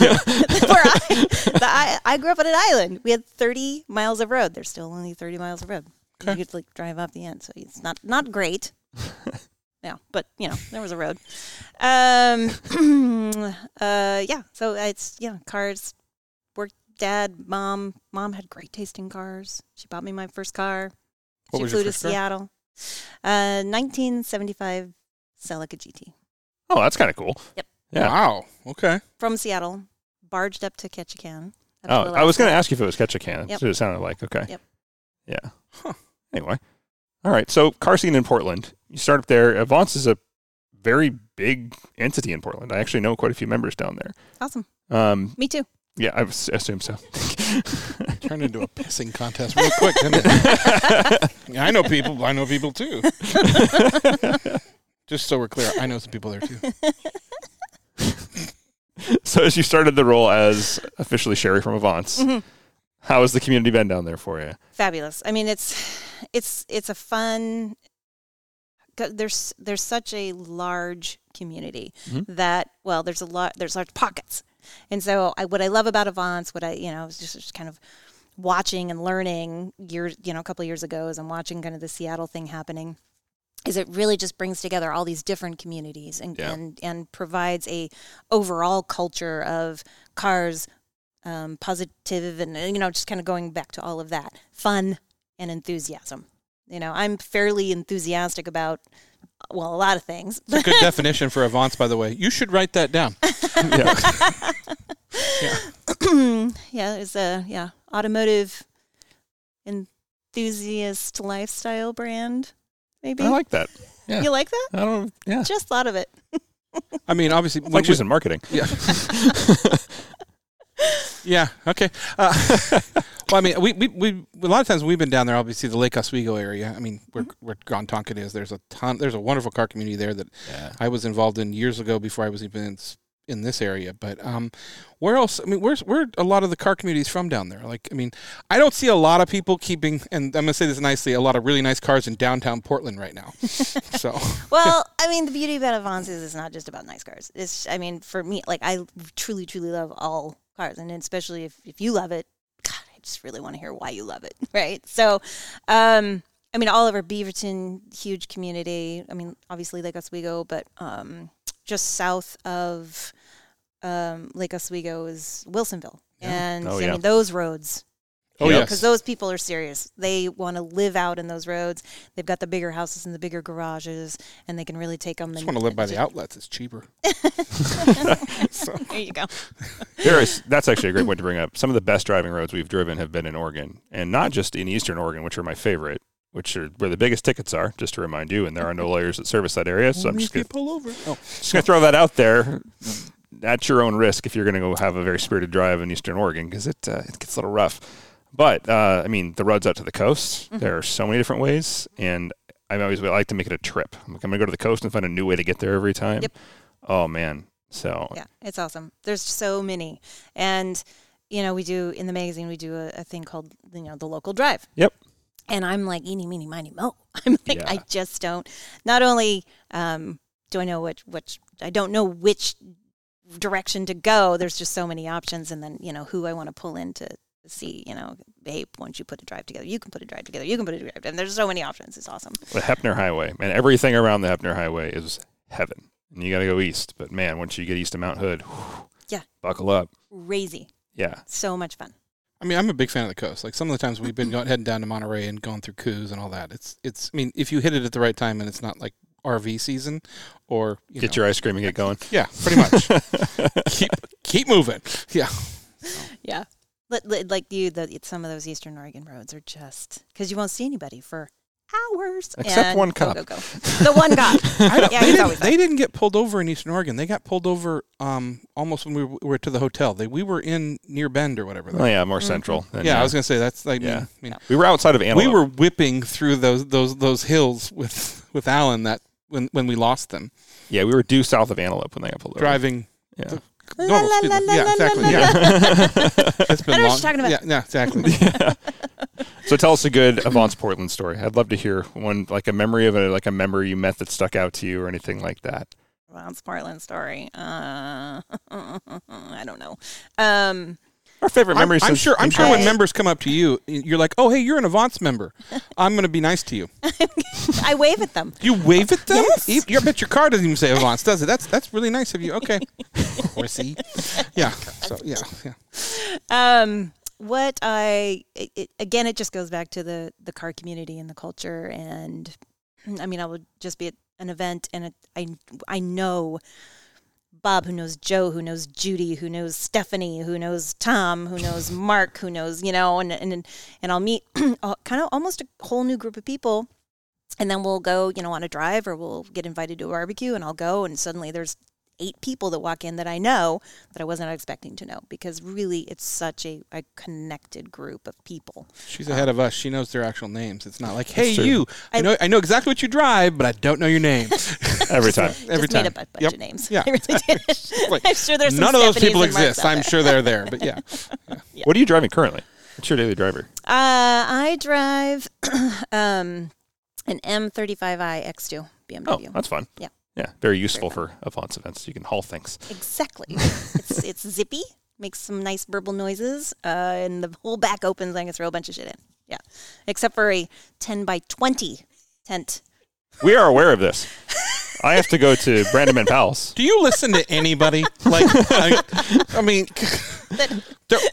[SPEAKER 2] yeah.
[SPEAKER 3] where I, the, I, I grew up on an island. We had 30 miles of road. There's still only 30 miles of road. You
[SPEAKER 2] Okay.
[SPEAKER 3] could like drive off the end, so it's not not great. yeah, but you know there was a road. Um, uh, yeah, so it's yeah cars. Worked dad, mom. Mom had great taste in cars. She bought me my first car.
[SPEAKER 2] What
[SPEAKER 3] she
[SPEAKER 2] was your
[SPEAKER 3] flew to
[SPEAKER 2] first car?
[SPEAKER 3] Seattle. Uh, 1975 Celica GT
[SPEAKER 1] Oh, that's kind of cool. Yeah.
[SPEAKER 2] Wow. Okay.
[SPEAKER 3] from Seattle, barged up to Ketchikan. up to
[SPEAKER 1] Oh, I was
[SPEAKER 3] Alaska.
[SPEAKER 1] going to ask you if it was Ketchikan.
[SPEAKER 3] Yep.
[SPEAKER 1] That's what it sounded like. Okay.
[SPEAKER 3] Yep.
[SPEAKER 1] Yeah.
[SPEAKER 2] Huh.
[SPEAKER 1] Anyway. All right. So, car scene in Portland. You start up there. Avance is a very big entity in Portland. I actually know quite a few members down there.
[SPEAKER 3] Awesome.
[SPEAKER 1] Um,
[SPEAKER 3] Me too.
[SPEAKER 1] yeah, I s- assume so.
[SPEAKER 2] Turned into a pissing contest real quick, didn't it? Yeah, I know people. I know people too. Just so we're clear, I know some people there too.
[SPEAKER 1] so, as you started the role as officially Sherry from Avance,
[SPEAKER 3] Mm-hmm.
[SPEAKER 1] how has the community been down there for you?
[SPEAKER 3] Fabulous. I mean, it's it's it's a fun. go- There's there's such a large community that well, there's a lot there's large pockets, and so I, what I love about Avance, what I you know, is just, just kind of watching and learning years you know a couple of years ago as I'm watching kind of the Seattle thing happening. Is it really just brings together all these different communities and
[SPEAKER 1] Yeah.
[SPEAKER 3] and, and provides a overall culture of cars, um, positive and uh, you know just kind of going back to all of that fun and enthusiasm you know i'm fairly enthusiastic about well a lot of things
[SPEAKER 2] It's a good definition for avance, by the way. You should write that down.
[SPEAKER 1] Yeah.
[SPEAKER 3] yeah it's a yeah automotive enthusiast lifestyle brand maybe
[SPEAKER 1] I like that. Yeah.
[SPEAKER 3] you like that
[SPEAKER 1] I don't. Yeah.
[SPEAKER 3] just thought of it
[SPEAKER 2] I mean, obviously,
[SPEAKER 1] It's like
[SPEAKER 2] we-
[SPEAKER 1] she's in marketing.
[SPEAKER 2] yeah, yeah, okay. Uh, Well, I mean, we, we, we a lot of times when we've been down there. Obviously, the Lake Oswego area. I mean, where where Gontonkin is, there's a ton. There's a wonderful car community there that
[SPEAKER 1] Yeah.
[SPEAKER 2] I was involved in years ago before I was even in, s- in this area. But um, where else? I mean, where's where a lot of the car communities from down there? Like, I mean, I don't see a lot of people keeping, and I'm gonna say this nicely, a lot of really nice cars in downtown Portland right now. so
[SPEAKER 3] Well, I mean, the beauty about Avance is it's not just about nice cars. It's, I mean, for me, like I truly, truly love all cars, and especially if if you love it, God, I just really want to hear why you love it, right? So, um, I mean, all over Beaverton, huge community. I mean, obviously Lake Oswego, but um, just south of um, Lake Oswego is Wilsonville, and
[SPEAKER 1] Oh,
[SPEAKER 3] I
[SPEAKER 1] yeah.
[SPEAKER 3] mean those roads
[SPEAKER 2] oh
[SPEAKER 1] Yep.
[SPEAKER 3] because
[SPEAKER 2] yes,
[SPEAKER 3] those people are serious. They want to live out in those roads. They've got the bigger houses and the bigger garages, and they can really take them.
[SPEAKER 2] just want to live by the outlets. It's cheaper.
[SPEAKER 3] There you go.
[SPEAKER 1] There is that's actually a great point to bring up. Some of the best driving roads we've driven have been in Oregon, and not just in Eastern Oregon, which are my favorite, which are where the biggest tickets are. Just to remind you, and there are no lawyers that service that area, so I'm just gonna,
[SPEAKER 2] pull over. Oh,
[SPEAKER 1] just gonna throw that out there at your own risk if you're gonna go have a very spirited drive in Eastern Oregon because it uh, it gets a little rough. But uh, I mean, the roads out to the coast,
[SPEAKER 3] Mm-hmm.
[SPEAKER 1] there are so many different ways, and I always I like to make it a trip. I'm, like, I'm gonna go to the coast and find a new way to get there every time.
[SPEAKER 3] Yep.
[SPEAKER 1] Oh man, so
[SPEAKER 3] Yeah, it's awesome. There's so many, and you know, we do in the magazine we do a, a thing called you know the local drive.
[SPEAKER 1] Yep.
[SPEAKER 3] And I'm like eeny meeny miny mo. I'm like
[SPEAKER 1] Yeah.
[SPEAKER 3] I just don't. Not only um, do I know which which I don't know which direction to go. There's just so many options, and then you know who I want to pull in to see. You know, hey, once you put a drive together, you can put a drive together. You can put a drive, together. and there's so many options. It's awesome.
[SPEAKER 1] the Hepner Highway, man, everything around the Hepner Highway is heaven. And you got to go east, but man, once you get east of Mount Hood, whew,
[SPEAKER 3] Yeah.
[SPEAKER 1] buckle up.
[SPEAKER 3] Crazy,
[SPEAKER 1] Yeah,
[SPEAKER 3] so much fun.
[SPEAKER 2] I mean, I'm a big fan of the coast. Like some of the times we've been going, heading down to Monterey and going through coups and all that. It's it's. I mean, if you hit it at the right time and it's not like RV season, or you
[SPEAKER 1] get
[SPEAKER 2] know,
[SPEAKER 1] your ice cream and get going.
[SPEAKER 2] yeah, pretty much. keep keep moving. Yeah.
[SPEAKER 3] Yeah. Li- li- Like you, the, it's some of those Eastern Oregon roads are just because you won't see anybody for hours.
[SPEAKER 1] Except
[SPEAKER 3] and
[SPEAKER 1] one
[SPEAKER 3] go,
[SPEAKER 1] cop.
[SPEAKER 3] go, go. The one cop.
[SPEAKER 2] I don't,
[SPEAKER 3] Yeah,
[SPEAKER 2] they,
[SPEAKER 3] he's
[SPEAKER 2] didn't,
[SPEAKER 3] always
[SPEAKER 2] they didn't get pulled over in Eastern Oregon. They got pulled over um, almost when we were, were to the hotel. They, we were in near Bend or whatever.
[SPEAKER 1] Oh yeah, more central. than,
[SPEAKER 2] yeah,
[SPEAKER 1] uh,
[SPEAKER 2] I was gonna say that's like.
[SPEAKER 1] Yeah.
[SPEAKER 2] I mean,
[SPEAKER 1] we were outside of Antelope.
[SPEAKER 2] we were whipping through those those those hills with with Alan that when when we lost them
[SPEAKER 1] yeah, we were due south of Antelope when they got pulled over.
[SPEAKER 2] driving.
[SPEAKER 1] Yeah.
[SPEAKER 2] the
[SPEAKER 3] La,
[SPEAKER 2] normal
[SPEAKER 3] la,
[SPEAKER 2] speed
[SPEAKER 3] la,
[SPEAKER 2] limit.
[SPEAKER 3] la, la,
[SPEAKER 2] yeah, exactly.
[SPEAKER 3] la,
[SPEAKER 2] Yeah, it's been
[SPEAKER 3] I know
[SPEAKER 2] long.
[SPEAKER 3] what you're talking about.
[SPEAKER 2] Yeah, yeah, exactly.
[SPEAKER 1] So tell us a good Avance Portland story. I'd love to hear one, like a memory of a like a member you met that stuck out to you or anything like that.
[SPEAKER 3] Well, Portland story. Uh, I don't know. Um,
[SPEAKER 1] Our favorite
[SPEAKER 2] I'm,
[SPEAKER 1] memory.
[SPEAKER 2] I'm
[SPEAKER 1] since-
[SPEAKER 2] sure. I'm sure
[SPEAKER 3] I-
[SPEAKER 2] when members come up to you, you're like, "Oh, hey, you're an Avance member. I'm going to be nice to you."
[SPEAKER 3] I wave at them.
[SPEAKER 2] You wave at them. You, you bet your car doesn't even say Avance, does it? That's that's really nice of you. Okay, horsey. Yeah. So yeah, yeah.
[SPEAKER 3] um, what I it, it, again, it just goes back to the the car community and the culture. And I mean, I would just be at an event, and it, I I know Bob, who knows Joe, who knows Judy, who knows Stephanie, who knows Tom, who knows Mark, who knows you know, and and and I'll meet a- kind of almost a whole new group of people. And then we'll go, you know, on a drive or we'll get invited to a barbecue and I'll go and suddenly there's eight people that walk in that I know that I wasn't expecting to know because really it's such a, a connected group of people.
[SPEAKER 2] She's ahead of us. She knows their actual names. It's not like, "Hey,
[SPEAKER 1] true.
[SPEAKER 2] you. I
[SPEAKER 3] I-
[SPEAKER 2] know. I know exactly what you drive, but I don't know your name."
[SPEAKER 1] every time.
[SPEAKER 2] Every
[SPEAKER 3] Just
[SPEAKER 2] time.
[SPEAKER 3] made up a bunch
[SPEAKER 2] Yep.
[SPEAKER 3] of names.
[SPEAKER 2] Yeah.
[SPEAKER 3] I really did.
[SPEAKER 2] Like,
[SPEAKER 3] I'm sure there's some
[SPEAKER 2] None of those
[SPEAKER 3] Stephanies
[SPEAKER 2] people
[SPEAKER 3] and Marks
[SPEAKER 2] exist.
[SPEAKER 3] out
[SPEAKER 2] I'm
[SPEAKER 3] there.
[SPEAKER 2] sure they're there, but yeah.
[SPEAKER 1] What are you driving currently? What's your daily driver?
[SPEAKER 3] Uh, I drive um, an M35i X2
[SPEAKER 1] Oh,
[SPEAKER 3] BMW.
[SPEAKER 1] that's fun.
[SPEAKER 3] Yeah.
[SPEAKER 1] Yeah, very useful for Avance events. You can haul things.
[SPEAKER 3] Exactly. it's, it's zippy, makes some nice burble noises, uh, and the whole back opens and I can throw a bunch of shit in. Yeah. Except for a 10 by 20 tent.
[SPEAKER 1] We are aware of this. I have to go to Brandon and Powell's.
[SPEAKER 2] Do you listen to anybody? Like, I, I mean, there,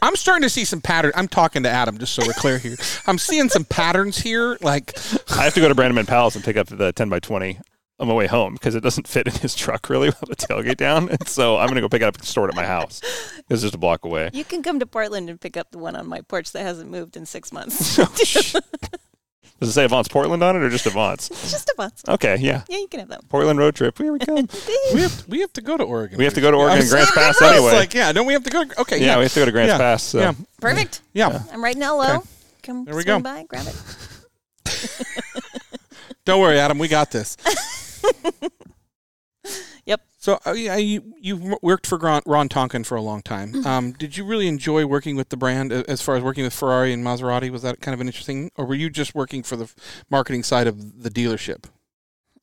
[SPEAKER 2] I'm starting to see some patterns. I'm talking to Adam, just so we're clear here. I'm seeing some patterns here. Like,
[SPEAKER 1] I have to go to Brandon and Powell's and pick up the 10 by 20 on my way home because it doesn't fit in his truck really with the tailgate down. And so I'm going to go pick it up and store it at my house. It's just a block away.
[SPEAKER 3] You can come to Portland and pick up the one on my porch that hasn't moved in six months.
[SPEAKER 1] So, shh. Does it say Avance Portland on it or just Avance?
[SPEAKER 3] It's just a bus.
[SPEAKER 1] Okay, yeah.
[SPEAKER 3] Yeah, you can have them.
[SPEAKER 1] Portland road trip. Here we come.
[SPEAKER 2] We have we have to go to Oregon.
[SPEAKER 1] We have to go to Oregon and Grants Pass
[SPEAKER 2] I was
[SPEAKER 1] anyway.
[SPEAKER 2] like, yeah, don't we have to go? Okay,
[SPEAKER 1] yeah, we have to go to Grants
[SPEAKER 2] Yeah.
[SPEAKER 1] Pass. So.
[SPEAKER 2] yeah,
[SPEAKER 3] Perfect.
[SPEAKER 2] yeah.
[SPEAKER 3] I'm writing out low. Come
[SPEAKER 2] There we
[SPEAKER 3] swing
[SPEAKER 2] go.
[SPEAKER 3] by, grab it.
[SPEAKER 2] Don't worry, Adam. We got this.
[SPEAKER 3] Yep.
[SPEAKER 2] So uh, yeah, you you worked for Ron, Ron Tonkin for a long time. Um, did you really enjoy working with the brand a- as far as working with Ferrari and Maserati? Was that kind of an interesting, or were you just working for the f- marketing side of the dealership?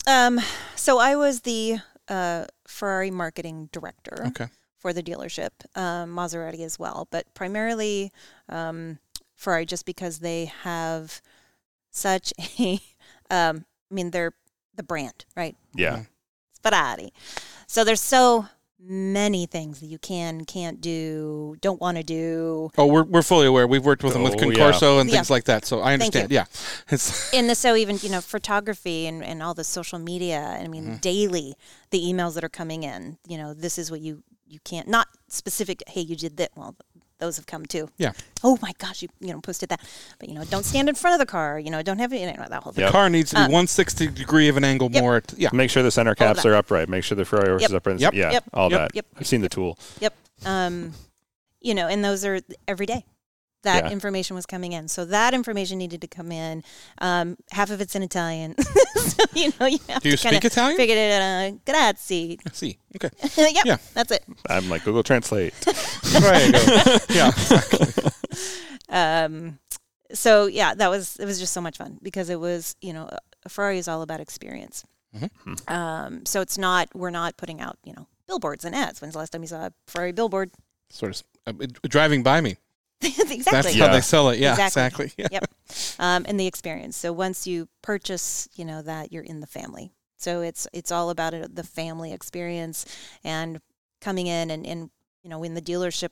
[SPEAKER 3] Um, so I was the uh, Ferrari marketing director
[SPEAKER 2] Okay.
[SPEAKER 3] for the dealership, um, Maserati as well, but primarily um, Ferrari, just because they have such a, um, I mean, they're the brand, right?
[SPEAKER 1] Yeah.
[SPEAKER 3] It's Ferrari. So there's so many things that you can, can't do, don't want to do.
[SPEAKER 2] Oh, we're we're fully aware. We've worked with them with
[SPEAKER 1] Oh, yeah.
[SPEAKER 2] Concorso and
[SPEAKER 3] Yeah.
[SPEAKER 2] things like that. So I
[SPEAKER 3] Thank
[SPEAKER 2] understand. Yeah, it's
[SPEAKER 3] And the, so even, you know, photography and, and all the social media, I
[SPEAKER 2] Mm-hmm.
[SPEAKER 3] mean, daily, the emails that are coming in, you know, this is what you, you can't, not specific, hey, you did that. Well, those have come too.
[SPEAKER 2] yeah.
[SPEAKER 3] oh my gosh, you you know posted that, but you know don't stand in front of the car, you know don't have you know that whole thing.
[SPEAKER 1] Yep.
[SPEAKER 2] Car needs to be one sixty degree of an angle
[SPEAKER 3] Uh, Yep.
[SPEAKER 2] more. At, yeah.
[SPEAKER 1] Make sure the center caps
[SPEAKER 3] that.
[SPEAKER 1] are upright. Make sure the Ferrari horse
[SPEAKER 3] Yep.
[SPEAKER 1] is upright.
[SPEAKER 2] Yep.
[SPEAKER 1] Yeah,
[SPEAKER 3] Yep.
[SPEAKER 1] all
[SPEAKER 2] Yep.
[SPEAKER 1] that.
[SPEAKER 3] Yep.
[SPEAKER 1] I've seen the tool.
[SPEAKER 3] Yep. Um, you know, and those are every day. That
[SPEAKER 1] Yeah.
[SPEAKER 3] information was coming in, so that information needed to come in. Um, half of it's in Italian, so you know you have
[SPEAKER 2] Do you
[SPEAKER 3] to kind
[SPEAKER 2] speak
[SPEAKER 3] of
[SPEAKER 2] Italian?
[SPEAKER 3] figure it out. Grazie.
[SPEAKER 2] See. Okay.
[SPEAKER 3] yep,
[SPEAKER 2] Yeah.
[SPEAKER 3] that's it.
[SPEAKER 1] I'm like Google Translate.
[SPEAKER 2] there you go. Yeah.
[SPEAKER 3] um, so yeah, that was it was just so much fun because it was you know a Ferrari is all about experience. Um, so it's not we're not putting out you know billboards and ads. When's the last time you saw a Ferrari billboard?
[SPEAKER 2] Sort of uh, driving by me.
[SPEAKER 3] exactly.
[SPEAKER 2] That's
[SPEAKER 1] Yeah.
[SPEAKER 2] how they sell it. Yeah.
[SPEAKER 3] Exactly.
[SPEAKER 2] Exactly. Yeah.
[SPEAKER 3] Yep. Um, and the experience. So once you purchase, you know that you're in the family. So it's it's all about it, the family experience and coming in and and you know in the dealership.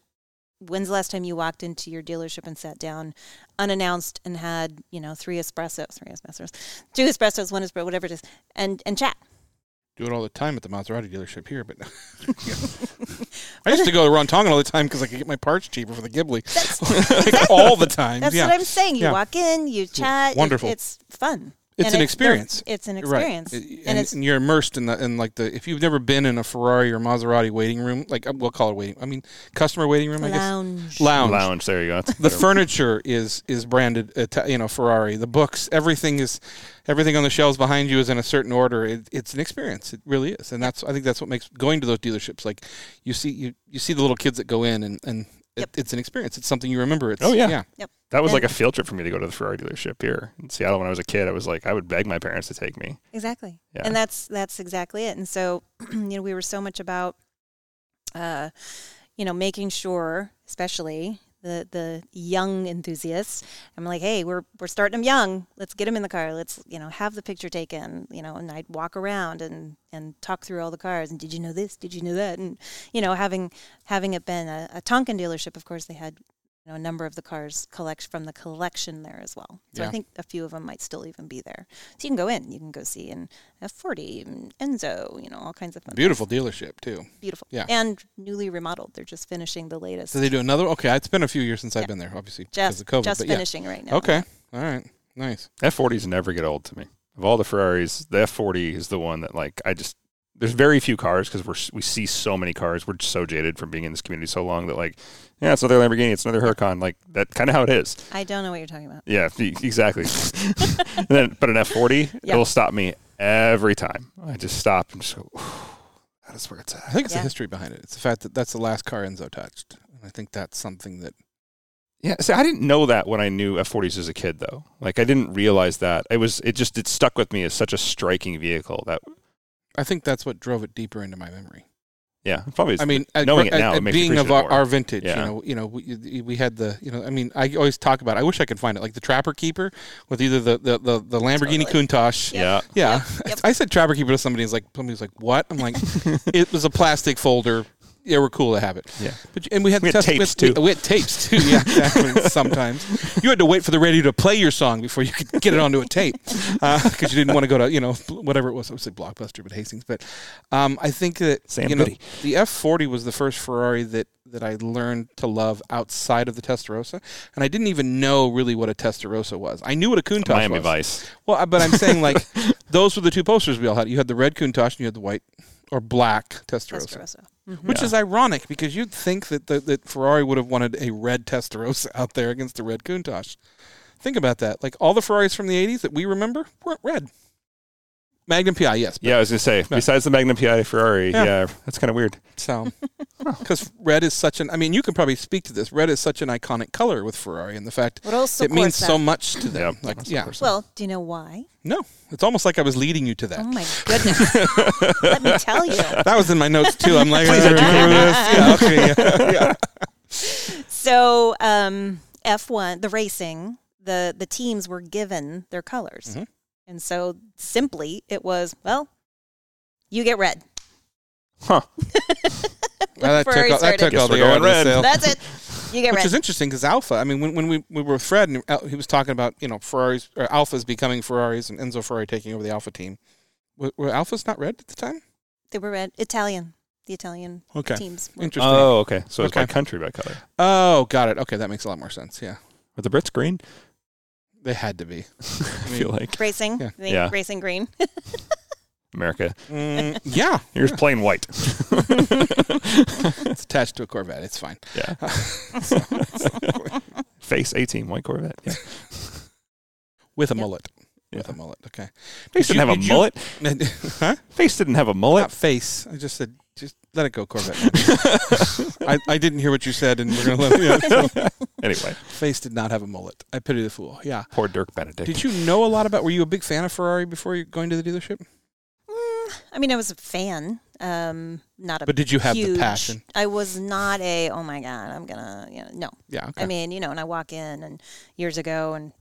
[SPEAKER 3] When's the last time you walked into your dealership and sat down unannounced and had you know three espressos, three espressos, two espressos, one espresso, whatever it is, and and chat.
[SPEAKER 2] do it all the time at the Maserati dealership here, but I used to go to Rontongan all the time because I could get my parts cheaper for the Ghibli. Like, all the time.
[SPEAKER 3] That's
[SPEAKER 2] yeah.
[SPEAKER 3] what I'm saying. You
[SPEAKER 2] Yeah.
[SPEAKER 3] walk in, you chat. it-
[SPEAKER 2] Wonderful.
[SPEAKER 3] it's fun.
[SPEAKER 2] It's
[SPEAKER 3] And
[SPEAKER 2] an
[SPEAKER 3] the-
[SPEAKER 2] experience.
[SPEAKER 3] It's an
[SPEAKER 2] You're right.
[SPEAKER 3] experience,
[SPEAKER 2] It-
[SPEAKER 3] and,
[SPEAKER 2] And, and,
[SPEAKER 3] it's
[SPEAKER 2] you're immersed in the in like the if you've never been in a Ferrari or Maserati waiting room, like uh, we'll call it waiting. I mean, customer waiting room. I guess
[SPEAKER 3] lounge.
[SPEAKER 2] lounge.
[SPEAKER 1] Lounge. There you go. That's
[SPEAKER 2] The
[SPEAKER 1] better.
[SPEAKER 2] furniture is is branded, Ita- you know, Ferrari. The books, everything is, everything on the shelves behind you is in a certain order. It, it's an experience. It really is, and that's I think that's what makes going to those dealerships like you see you, you see the little kids that go in and and
[SPEAKER 3] Yep.
[SPEAKER 2] it, it's an experience. It's something you remember. It's,
[SPEAKER 1] Oh, yeah.
[SPEAKER 2] yeah.
[SPEAKER 1] That was like a field trip for me to go to the Ferrari dealership here in Seattle when I was a kid. I was like, I would beg my parents to take me.
[SPEAKER 3] Exactly.
[SPEAKER 1] Yeah.
[SPEAKER 3] And that's that's exactly it. And so, you know, we were so much about uh, you know, making sure, especially the the young enthusiasts. I'm like, "Hey, we're we're starting them young. Let's get them in the car. Let's, you know, have the picture taken, you know." And I'd walk around and and talk through all the cars and did you know this? Did you know that? And you know, having having it been a, a Tonkin dealership, of course, they had you know, a number of the cars collect from the collection there as well. So I
[SPEAKER 2] Yeah.
[SPEAKER 3] think a few of them might still even be there. So you can go in, you can go see an F40, and Enzo, you know, all kinds of fun.
[SPEAKER 2] Beautiful dealership too.
[SPEAKER 3] Beautiful.
[SPEAKER 2] Yeah.
[SPEAKER 3] And newly remodeled. They're just finishing the latest.
[SPEAKER 2] So they do another. Okay, it's been a few years since I've been there, obviously because
[SPEAKER 3] just
[SPEAKER 2] of COVID.
[SPEAKER 3] just
[SPEAKER 2] but yeah.
[SPEAKER 3] finishing right now.
[SPEAKER 2] Okay. All right. Nice.
[SPEAKER 1] F40s never get old to me. Of all the Ferraris, the F40 is the one that like I just there's very few cars because we're s- we see so many cars. We're just so jaded from being in this community so long that like yeah, it's another Lamborghini, it's another Huracan. Like that kind of how it is.
[SPEAKER 3] I don't know what you're talking about.
[SPEAKER 1] Yeah, e- exactly. and then, but an F40,
[SPEAKER 3] Yeah.
[SPEAKER 1] it'll stop me every time. I just stop and just go. "Whew, That is where it's
[SPEAKER 2] I
[SPEAKER 1] at.
[SPEAKER 2] think it's
[SPEAKER 3] Yeah.
[SPEAKER 2] the history behind it. It's the fact that that's the last car Enzo touched. And I think that's something that
[SPEAKER 1] Yeah, see, I didn't know that when I knew F40s as a kid, though. Like, I didn't realize that it was. It just it stuck with me as such a striking vehicle that
[SPEAKER 2] I think that's what drove it deeper into my memory.
[SPEAKER 1] yeah, it probably. Is,
[SPEAKER 2] I mean, at-
[SPEAKER 1] knowing it
[SPEAKER 2] at-
[SPEAKER 1] now, it
[SPEAKER 2] at
[SPEAKER 1] makes you
[SPEAKER 2] being of
[SPEAKER 1] appreciate it
[SPEAKER 2] our,
[SPEAKER 1] more.
[SPEAKER 2] our vintage,
[SPEAKER 1] Yeah.
[SPEAKER 2] you know, you know, we, we had the, you know, I mean, I always talk about. I wish I could find it, like the Trapper Keeper with either the the the, the Lamborghini
[SPEAKER 3] Totally.
[SPEAKER 2] Countach.
[SPEAKER 1] yeah,
[SPEAKER 2] Yeah,
[SPEAKER 3] Yep.
[SPEAKER 2] I said Trapper Keeper to somebody. Is like somebody's like, what? I'm like, it was a plastic folder. yeah, we're cool to have it.
[SPEAKER 1] Yeah.
[SPEAKER 2] But and we had,
[SPEAKER 1] We had
[SPEAKER 2] test-
[SPEAKER 1] tapes,
[SPEAKER 2] we had,
[SPEAKER 1] too.
[SPEAKER 2] We, had tapes too. Yeah, exactly. Sometimes you had to wait for the radio to play your song before you could get it onto a tape because you didn't want to go to you know whatever it was. I would say Blockbuster, but Hastings. But um, I think that
[SPEAKER 1] Sam
[SPEAKER 2] you know,
[SPEAKER 1] Goody.
[SPEAKER 2] the F40 was the first Ferrari that that I learned to love outside of the Testarossa, and I didn't even know really what a Testarossa was. I knew what a Countach
[SPEAKER 1] Miami
[SPEAKER 2] was.
[SPEAKER 1] Vice.
[SPEAKER 2] Well, I- but I'm saying like those were the two posters we all had. You had the red Countach and you had the white or black Testarossa,
[SPEAKER 3] Testarossa. Mhm.
[SPEAKER 2] which is ironic because you'd think that the, that Ferrari would have wanted a red Testarossa out there against the red Countach. Think about that. Like all the Ferraris from the '80s that we remember weren't red. Magnum PI, yes. but-
[SPEAKER 1] Yeah, I was gonna say. Besides the Magnum PI Ferrari,
[SPEAKER 2] Yeah.
[SPEAKER 1] yeah, that's kind of weird.
[SPEAKER 2] So, because red is such an—I mean, you can probably speak to this. Red is such an iconic color with Ferrari, and the fact
[SPEAKER 3] What else
[SPEAKER 2] it means
[SPEAKER 3] supports that?
[SPEAKER 2] so much to them.
[SPEAKER 1] Yeah,
[SPEAKER 2] like,
[SPEAKER 1] that's
[SPEAKER 2] yeah,
[SPEAKER 1] of course.
[SPEAKER 3] Well, do you know why?
[SPEAKER 2] no, it's almost like I was leading you to that.
[SPEAKER 3] Oh my goodness! Let me tell you.
[SPEAKER 2] That was in my notes too. I'm like,
[SPEAKER 1] Please
[SPEAKER 2] I remember
[SPEAKER 1] educate me.
[SPEAKER 2] this. Yeah, okay, yeah. yeah.
[SPEAKER 3] So um, F1, the racing, the the teams were given their colors,
[SPEAKER 2] Mhm.
[SPEAKER 3] and so simply it was well, you get red.
[SPEAKER 1] Huh.
[SPEAKER 2] Well, that
[SPEAKER 3] Ferrari
[SPEAKER 2] took all, that
[SPEAKER 3] started.
[SPEAKER 2] took
[SPEAKER 1] Guess
[SPEAKER 2] all the
[SPEAKER 1] we're
[SPEAKER 2] air
[SPEAKER 1] going red.
[SPEAKER 2] out of the sail.
[SPEAKER 3] That's it. You get
[SPEAKER 2] Which
[SPEAKER 3] red.
[SPEAKER 2] is interesting because Alpha. I mean, when, when we, we were with Fred, and Al- he was talking about you know Ferraris or Alphas becoming Ferraris and Enzo Ferrari taking over the Alpha team. Were, were Alphas not red at the time?
[SPEAKER 3] they were red. Italian. The Italian
[SPEAKER 2] Okay,
[SPEAKER 3] teams. Were.
[SPEAKER 2] interesting. Oh.
[SPEAKER 1] Oh, okay. So it's
[SPEAKER 2] Okay.
[SPEAKER 1] by country by color.
[SPEAKER 2] got it. Okay, that makes a lot more sense. Yeah,
[SPEAKER 1] Were the Brits green?
[SPEAKER 2] they had to be.
[SPEAKER 1] I feel like
[SPEAKER 3] Racing.
[SPEAKER 2] Yeah.
[SPEAKER 3] I think
[SPEAKER 1] Yeah.
[SPEAKER 3] Racing green.
[SPEAKER 1] America.
[SPEAKER 2] Mm, yeah,
[SPEAKER 1] Here's plain white.
[SPEAKER 2] it's attached to a Corvette. It's fine.
[SPEAKER 1] Yeah. Face 18, white Corvette. Yeah.
[SPEAKER 2] With a
[SPEAKER 3] Yep.
[SPEAKER 2] mullet.
[SPEAKER 1] Yeah.
[SPEAKER 2] With a mullet. Okay.
[SPEAKER 1] Face
[SPEAKER 2] Did
[SPEAKER 1] didn't have
[SPEAKER 2] you-
[SPEAKER 1] a
[SPEAKER 2] did you-
[SPEAKER 1] mullet.
[SPEAKER 2] huh?
[SPEAKER 1] Face didn't have a mullet.
[SPEAKER 2] Not face. I just said, just let it go, Corvette. I, I didn't hear what you said, and we're gonna let yeah, so.
[SPEAKER 1] Anyway,
[SPEAKER 2] Face did not have a mullet. I pity the fool. Yeah.
[SPEAKER 1] poor Dirk Benedict.
[SPEAKER 2] Did you know a lot about? Were you a big fan of Ferrari before you going to the dealership?
[SPEAKER 3] Mm, I mean, I was a fan. Um, not a.
[SPEAKER 2] But did you have
[SPEAKER 3] huge,
[SPEAKER 2] the passion?
[SPEAKER 3] I was not a. Oh my god! I'm gonna. You know, no.
[SPEAKER 2] Yeah. Okay.
[SPEAKER 3] I mean, you know, and I walk in and years ago, and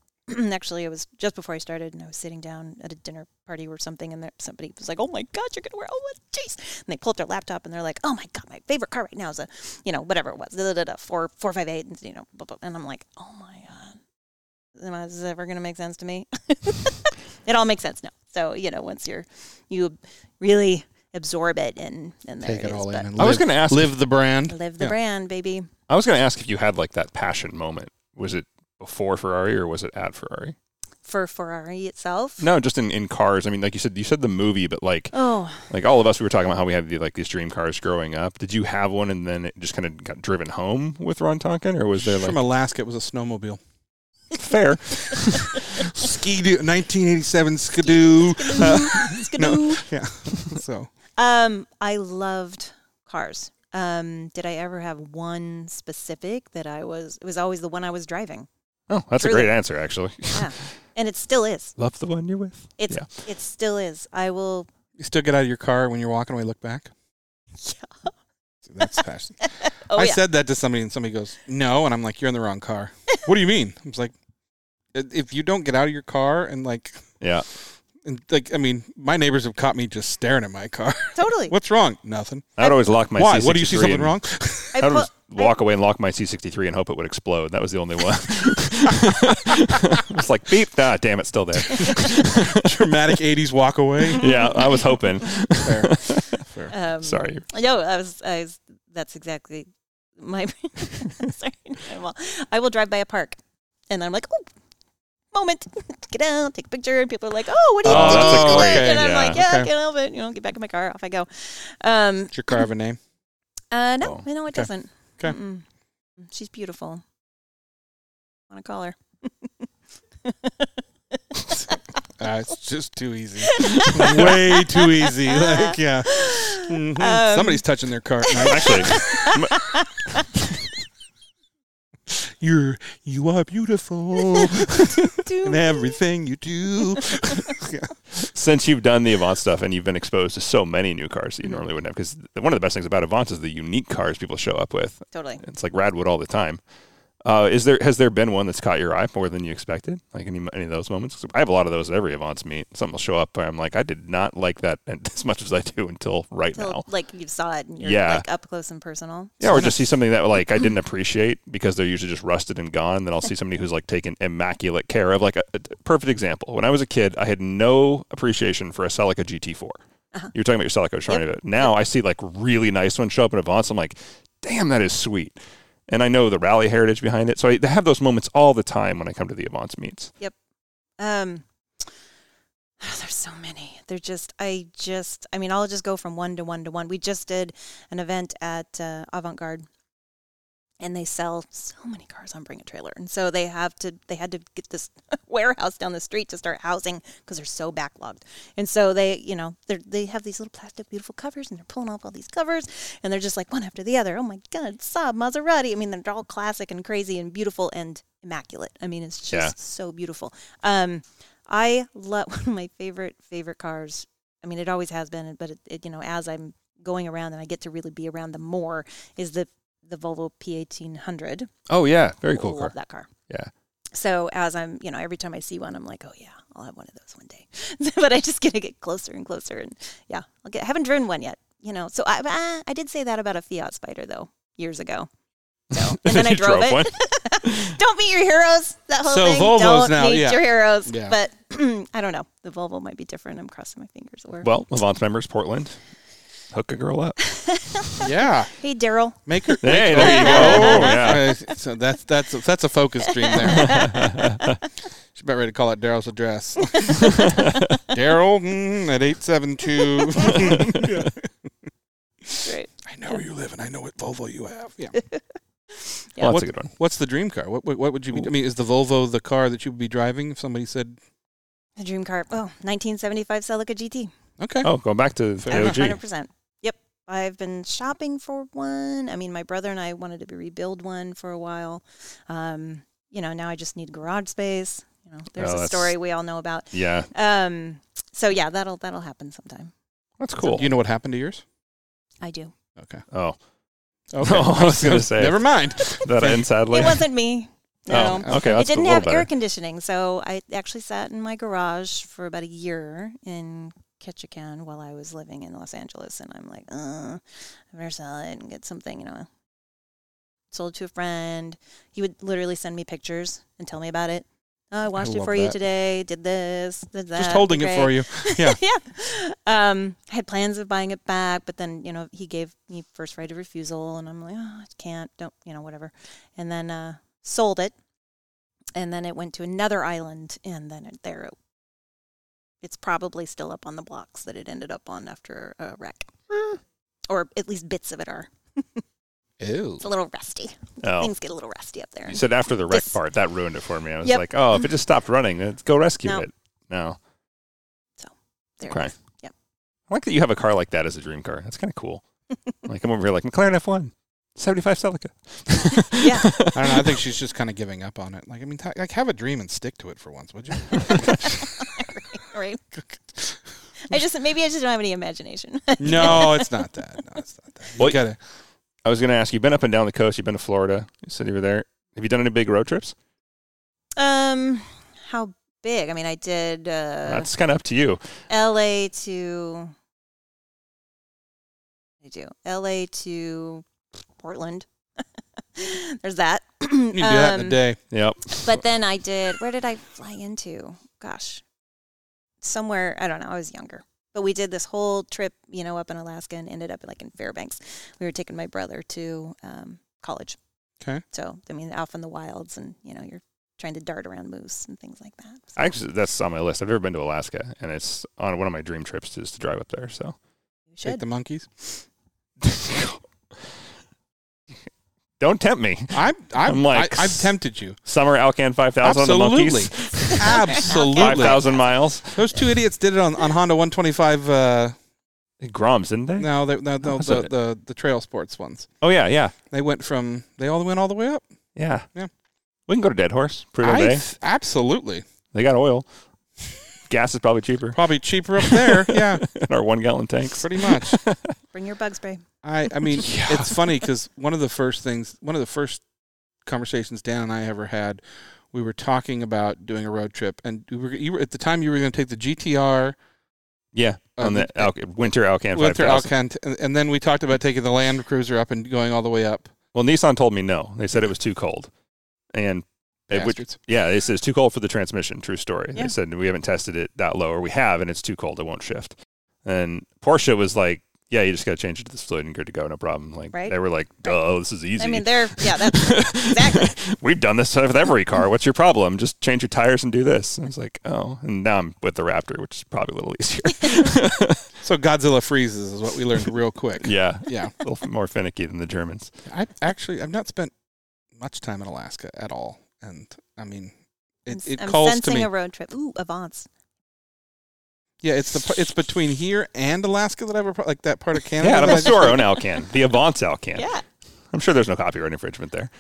[SPEAKER 3] actually it was just before I started, and I was sitting down at a dinner party or something, and there, somebody was like, "Oh my God, you're gonna wear oh what, jeez!" And they pulled up their laptop, and they're like, "Oh my God, my favorite car right now is a, you know, whatever it was, da, da, da, da, four four five eight, and you know, blah, blah. and I'm like, "Oh my God, am I, is this ever gonna make sense to me?" it all makes sense now. So you know, once you're you really absorb it and and there
[SPEAKER 2] Take it
[SPEAKER 3] is,
[SPEAKER 2] all in.
[SPEAKER 3] but
[SPEAKER 2] And
[SPEAKER 1] I was
[SPEAKER 2] live-
[SPEAKER 1] going to ask.
[SPEAKER 2] live the brand.
[SPEAKER 3] live the
[SPEAKER 2] Yeah.
[SPEAKER 3] brand, baby.
[SPEAKER 1] I was going to ask if you had like that passion moment. Was it before Ferrari or was it at Ferrari?
[SPEAKER 3] For Ferrari itself.
[SPEAKER 1] No, just in, in cars. I mean, like you said, you said the movie, but like
[SPEAKER 3] Oh,
[SPEAKER 1] like all of us, we were talking about how we had the, like these dream cars growing up. Did you have one and then it just kind of got driven home with Ron Tonkin, or was there like
[SPEAKER 2] From Alaska, it was a snowmobile.
[SPEAKER 1] fair?
[SPEAKER 2] Skidoo, 1987 Skidoo. Uh,
[SPEAKER 3] Skidoo.
[SPEAKER 2] so
[SPEAKER 3] Um, I loved cars. Um, did I ever have one specific that I was? It was always the one I was driving,
[SPEAKER 1] Oh, that's a
[SPEAKER 3] Truly.
[SPEAKER 1] great answer, actually.
[SPEAKER 3] and it still is.
[SPEAKER 1] Love the one you're with.
[SPEAKER 3] It's it still is. I will.
[SPEAKER 2] you still get out of your car when you're walking away, look back.
[SPEAKER 3] Yeah.
[SPEAKER 2] See, That's passion.
[SPEAKER 3] Oh
[SPEAKER 2] I
[SPEAKER 3] yeah.
[SPEAKER 2] said that to somebody, and somebody goes, "No," and I'm like, "You're in the wrong car." what do you mean? I was like, "I- "If you don't get out of your car and like,
[SPEAKER 1] Yeah.
[SPEAKER 2] and like, I mean, my neighbors have caught me just staring at my car.
[SPEAKER 3] totally.
[SPEAKER 2] What's wrong? Nothing.
[SPEAKER 1] I'd always lock my
[SPEAKER 2] Why?
[SPEAKER 1] C63
[SPEAKER 2] What do you see something
[SPEAKER 1] and-
[SPEAKER 2] wrong?
[SPEAKER 3] I
[SPEAKER 1] I would
[SPEAKER 3] put-
[SPEAKER 1] just walk away and lock my C63 and hope it would explode. That was the only one. It's like beep. Ah, damn, it's still there.
[SPEAKER 2] Dramatic '80s walk away.
[SPEAKER 1] Yeah, I was hoping.
[SPEAKER 2] Fair. Fair.
[SPEAKER 3] um,
[SPEAKER 1] Sorry.
[SPEAKER 3] No, I was. I was. That's exactly my. sorry. I will, I will drive by a park, and I'm like, oh, moment, get out, take a picture, and people are like, oh, what are you
[SPEAKER 1] Oh, that's a
[SPEAKER 3] doing?
[SPEAKER 1] great-
[SPEAKER 3] and I'm
[SPEAKER 1] yeah,
[SPEAKER 3] like, yeah, I
[SPEAKER 2] okay.
[SPEAKER 3] can't help it. You know, get back in my car, off I go. Um,
[SPEAKER 2] Does your car have a name?
[SPEAKER 3] Uh, no,
[SPEAKER 1] Oh,
[SPEAKER 3] no, it
[SPEAKER 2] okay.
[SPEAKER 3] doesn't.
[SPEAKER 2] Okay.
[SPEAKER 3] Mm-mm. She's beautiful. Want to call her?
[SPEAKER 2] Uh, it's just too easy. Way too easy. Like, yeah. Mhm.
[SPEAKER 3] Um,
[SPEAKER 2] Somebody's touching their car. at night.
[SPEAKER 1] Actually,
[SPEAKER 2] You're you are beautiful in
[SPEAKER 3] Do-
[SPEAKER 2] everything you do.
[SPEAKER 1] since you've done the Avant stuff and you've been exposed to so many new cars that you normally wouldn't have, because one of the best things about Avant is the unique cars people show up with.
[SPEAKER 3] totally.
[SPEAKER 1] It's like Radwood all the time. Uh, is there has there been one that's caught your eye more than you expected? Like any any of those moments? 'Cause I have a lot of those at every Avance meet. Something will show up where I'm like, I did not like that as much as I do until right now.
[SPEAKER 3] Till, like you saw it and you're
[SPEAKER 1] Yeah.
[SPEAKER 3] like up close and personal.
[SPEAKER 1] Yeah, or just see something that like I didn't appreciate because they're usually just rusted and gone. Then I'll see somebody who's like taken immaculate care of. Like a, a perfect example. When I was a kid, I had no appreciation for a Celica GT4. You were talking about your Celica Sharnia. but Now I see like really nice ones show up in Avance. I'm like, damn, that is sweet. And I know the rally heritage behind it. So I have those moments all the time when I come to the Avance meets.
[SPEAKER 3] Um, there's so many. They're just, I just, I mean, I'll just go from one to one to one. We just did an event at uh, Avant Garde, and they sell so many cars on Bring a Trailer, and so they have to, they had to get this warehouse down the street to start housing because they're so backlogged. And so they, you know, they they have these little plastic beautiful covers, and they're pulling off all these covers, and they're just like one after the other. Oh my God, Saab, Maserati. I mean, they're all classic and crazy and beautiful and immaculate. I mean, it's just
[SPEAKER 1] Yeah.
[SPEAKER 3] so beautiful. Um, I love one of my favorite favorite cars. I mean, it always has been, but it, it, you know, as I'm going around and I get to really be around them more, is the the Volvo P1800.
[SPEAKER 1] Oh yeah, very
[SPEAKER 3] Love that car.
[SPEAKER 1] Yeah.
[SPEAKER 3] So as I'm, you know, every time I see one, I'm like, oh yeah, I'll have one of those one day. but I just gotta get closer and closer, and yeah, I'll get. I haven't driven one yet, you know. So I ah, I did say that about a Fiat Spider though years ago. So and then I
[SPEAKER 1] You
[SPEAKER 3] drove,
[SPEAKER 1] drove
[SPEAKER 3] it.
[SPEAKER 1] one?
[SPEAKER 3] Don't meet your heroes. That whole
[SPEAKER 2] So
[SPEAKER 3] thing.
[SPEAKER 2] Volvos
[SPEAKER 3] Don't
[SPEAKER 2] now,
[SPEAKER 3] meet
[SPEAKER 2] yeah.
[SPEAKER 3] your heroes.
[SPEAKER 2] Yeah.
[SPEAKER 3] But I don't know. The Volvo might be different. I'm crossing my fingers. Or
[SPEAKER 1] Well, Avance members, Portland, hook a girl up.
[SPEAKER 2] yeah,
[SPEAKER 3] hey, Daryl.
[SPEAKER 2] make her.
[SPEAKER 1] Hey,
[SPEAKER 2] make her-
[SPEAKER 1] there you go. Oh, Yeah.
[SPEAKER 2] Uh, so that's that's a, that's a focus dream there. She's about ready to call out Daryl's address. Daryl mm, at eight seven two.
[SPEAKER 3] Right.
[SPEAKER 2] I know where you live, and I know what Volvo you have. Yeah.
[SPEAKER 1] Well, that's
[SPEAKER 2] What-
[SPEAKER 1] a good one.
[SPEAKER 2] What's the dream car? What, what what would you be? I mean, is the Volvo the car that you would be driving if somebody said,
[SPEAKER 3] The dream car. Oh, 1975 Celica GT.
[SPEAKER 2] "Okay,
[SPEAKER 1] Oh, going back to
[SPEAKER 2] Fair
[SPEAKER 1] the
[SPEAKER 2] enough.
[SPEAKER 1] OG.
[SPEAKER 3] 100%. Yep. I've been shopping for one. I mean, my brother and I wanted to be rebuild one for a while. Um, you know, now I just need garage space. You know, there's
[SPEAKER 1] Oh,
[SPEAKER 3] a
[SPEAKER 1] that's-
[SPEAKER 3] story we all know about.
[SPEAKER 1] Yeah,
[SPEAKER 3] Um, so yeah, that'll that'll happen sometime.
[SPEAKER 1] that's cool.
[SPEAKER 2] Do you know what happened to yours?"
[SPEAKER 3] I do.
[SPEAKER 2] Okay.
[SPEAKER 1] Oh, I was gonna say.
[SPEAKER 2] Never mind.
[SPEAKER 1] that ends sadly.
[SPEAKER 3] It wasn't me. No.
[SPEAKER 1] Oh, okay, that's
[SPEAKER 3] it didn't
[SPEAKER 1] a little
[SPEAKER 3] have
[SPEAKER 1] better.
[SPEAKER 3] air conditioning, so I actually sat in my garage for about a year in Ketchikan while I was living in Los Angeles, and I'm like, uh, I better sell it and get something, you know. Sold to a friend. He would literally send me pictures and tell me about it. Oh, I watched it
[SPEAKER 2] love
[SPEAKER 3] for you
[SPEAKER 2] that.
[SPEAKER 3] today. Did this, did that.
[SPEAKER 2] Just holding it for you. Yeah.
[SPEAKER 3] yeah. Um, I had plans of buying it back, but then you know he gave me first right of refusal, and I'm like, oh, I can't, don't, you know, whatever. And then uh, sold it, and then it went to another island, and then it, there, it, it's probably still up on the blocks that it ended up on after a wreck,
[SPEAKER 1] Hmm.
[SPEAKER 3] or at least bits of it are.
[SPEAKER 2] Ew.
[SPEAKER 3] It's a little rusty.
[SPEAKER 1] oh.
[SPEAKER 3] Things get a little rusty up there.
[SPEAKER 1] You said after the wreck
[SPEAKER 3] Just-
[SPEAKER 1] part, that ruined it for me. I was
[SPEAKER 3] Yep.
[SPEAKER 1] like, oh, if it just stopped running, let's go rescue
[SPEAKER 3] No.
[SPEAKER 1] it. No.
[SPEAKER 3] There it
[SPEAKER 1] Okay.
[SPEAKER 3] is. Yep.
[SPEAKER 1] I like that you have a car like that as a dream car. That's kind of cool. like, I'm over here like, McLaren F1, 75 Celica.
[SPEAKER 3] Yeah.
[SPEAKER 2] I don't know. I think she's just kind of giving up on it. Like, I mean, t- like have a dream and stick to it for once, would you?
[SPEAKER 3] right. I just maybe I just don't have any imagination.
[SPEAKER 2] no, it's not that. No, it's not that. You
[SPEAKER 1] Well,
[SPEAKER 2] gotta.
[SPEAKER 1] I was going to ask, you've been up and down the coast. You've been to Florida. You said you were there. Have you done any big road trips?
[SPEAKER 3] Um, how big? I mean, I did uh,
[SPEAKER 1] That's kind of up to you.
[SPEAKER 3] L.A. to. I do L.A. to Portland. There's that. Um,
[SPEAKER 2] You can do that in a day.
[SPEAKER 1] Yep.
[SPEAKER 3] But then I did. Where did I fly into? Gosh, somewhere. I don't know. I was younger. But we did this whole trip, you know, up in Alaska and ended up like in Fairbanks. We were taking my brother to um, college.
[SPEAKER 2] Okay.
[SPEAKER 3] So I mean, off in the wilds, and you know, you're trying to dart around moose and things like that. So
[SPEAKER 1] Actually, that's on my list. I've never been to Alaska, and it's on one of my dream trips is to drive up there. So
[SPEAKER 3] you
[SPEAKER 2] Take
[SPEAKER 3] should.
[SPEAKER 2] the monkeys.
[SPEAKER 1] don't tempt me.
[SPEAKER 2] I'm. I'm.
[SPEAKER 1] I'm like-
[SPEAKER 2] I, I've tempted you.
[SPEAKER 1] Summer Alcan 5000 on the
[SPEAKER 2] Absolutely.
[SPEAKER 1] monkeys.
[SPEAKER 2] Absolutely.
[SPEAKER 1] 5,000 miles.
[SPEAKER 2] Those two idiots did it on, on Honda 125. Uh,
[SPEAKER 1] Groms, didn't they?
[SPEAKER 2] no, they, no, no
[SPEAKER 1] was
[SPEAKER 2] the,
[SPEAKER 1] it?
[SPEAKER 2] the the trail sports ones.
[SPEAKER 1] Oh, yeah, yeah,
[SPEAKER 2] They went from they all went all the way up.
[SPEAKER 1] yeah.
[SPEAKER 2] Yeah.
[SPEAKER 1] We can go to Dead Horse. Prudhoe
[SPEAKER 2] I
[SPEAKER 1] Bay.
[SPEAKER 2] th- absolutely.
[SPEAKER 1] They got oil. Gas is probably cheaper
[SPEAKER 2] Probably cheaper up there. yeah,
[SPEAKER 1] in our one gallon tanks.
[SPEAKER 2] pretty much.
[SPEAKER 3] Bring your bug spray.
[SPEAKER 2] I I mean,
[SPEAKER 1] Yeah.
[SPEAKER 2] it's funny because one of the first things, one of the first conversations Dan and I ever had. We were talking about doing a road trip, and you were, you were at the time you were going to take the GTR
[SPEAKER 1] Yeah,
[SPEAKER 2] Uh,
[SPEAKER 1] on the Alc- winter Alcan
[SPEAKER 2] winter
[SPEAKER 1] 5000.
[SPEAKER 2] Alcant, and, and then we talked about taking the Land Cruiser up and going all the way up.
[SPEAKER 1] Well, Nissan told me no. They said it was too cold, and it, which,
[SPEAKER 2] Bastards.
[SPEAKER 1] yeah, they said it's too cold for the transmission. True story.
[SPEAKER 3] Yeah.
[SPEAKER 1] They said we haven't tested it that low, or we have, and it's too cold. It won't shift. And Porsche was like, "Yeah, you just got to change it to this fluid and good to go, no problem." Like
[SPEAKER 3] Right.
[SPEAKER 1] they were like, "Duh, this is easy."
[SPEAKER 3] I mean, they're yeah, that's exactly.
[SPEAKER 1] We've done this with every car. What's your problem? Just change your tires and do this. And I was like, oh. And now I'm with the Raptor, which is probably a little easier.
[SPEAKER 2] So Godzilla freezes is what we learned real quick.
[SPEAKER 1] yeah,
[SPEAKER 2] yeah.
[SPEAKER 1] a little more finicky than the Germans.
[SPEAKER 2] I actually I've not spent much time in Alaska at all, and I mean
[SPEAKER 3] I'm,
[SPEAKER 2] it, it
[SPEAKER 3] I'm
[SPEAKER 2] calls to
[SPEAKER 3] sensing
[SPEAKER 2] me.
[SPEAKER 3] a road trip. Ooh, Avance.
[SPEAKER 2] yeah, it's the p- it's between here and Alaska that I have a pro- like that part of Canada.
[SPEAKER 1] Yeah, and
[SPEAKER 2] that I
[SPEAKER 1] I'm
[SPEAKER 2] just-
[SPEAKER 1] store own Alcan, the Avance Alcan.
[SPEAKER 3] Yeah.
[SPEAKER 1] I'm sure there's no copyright infringement there.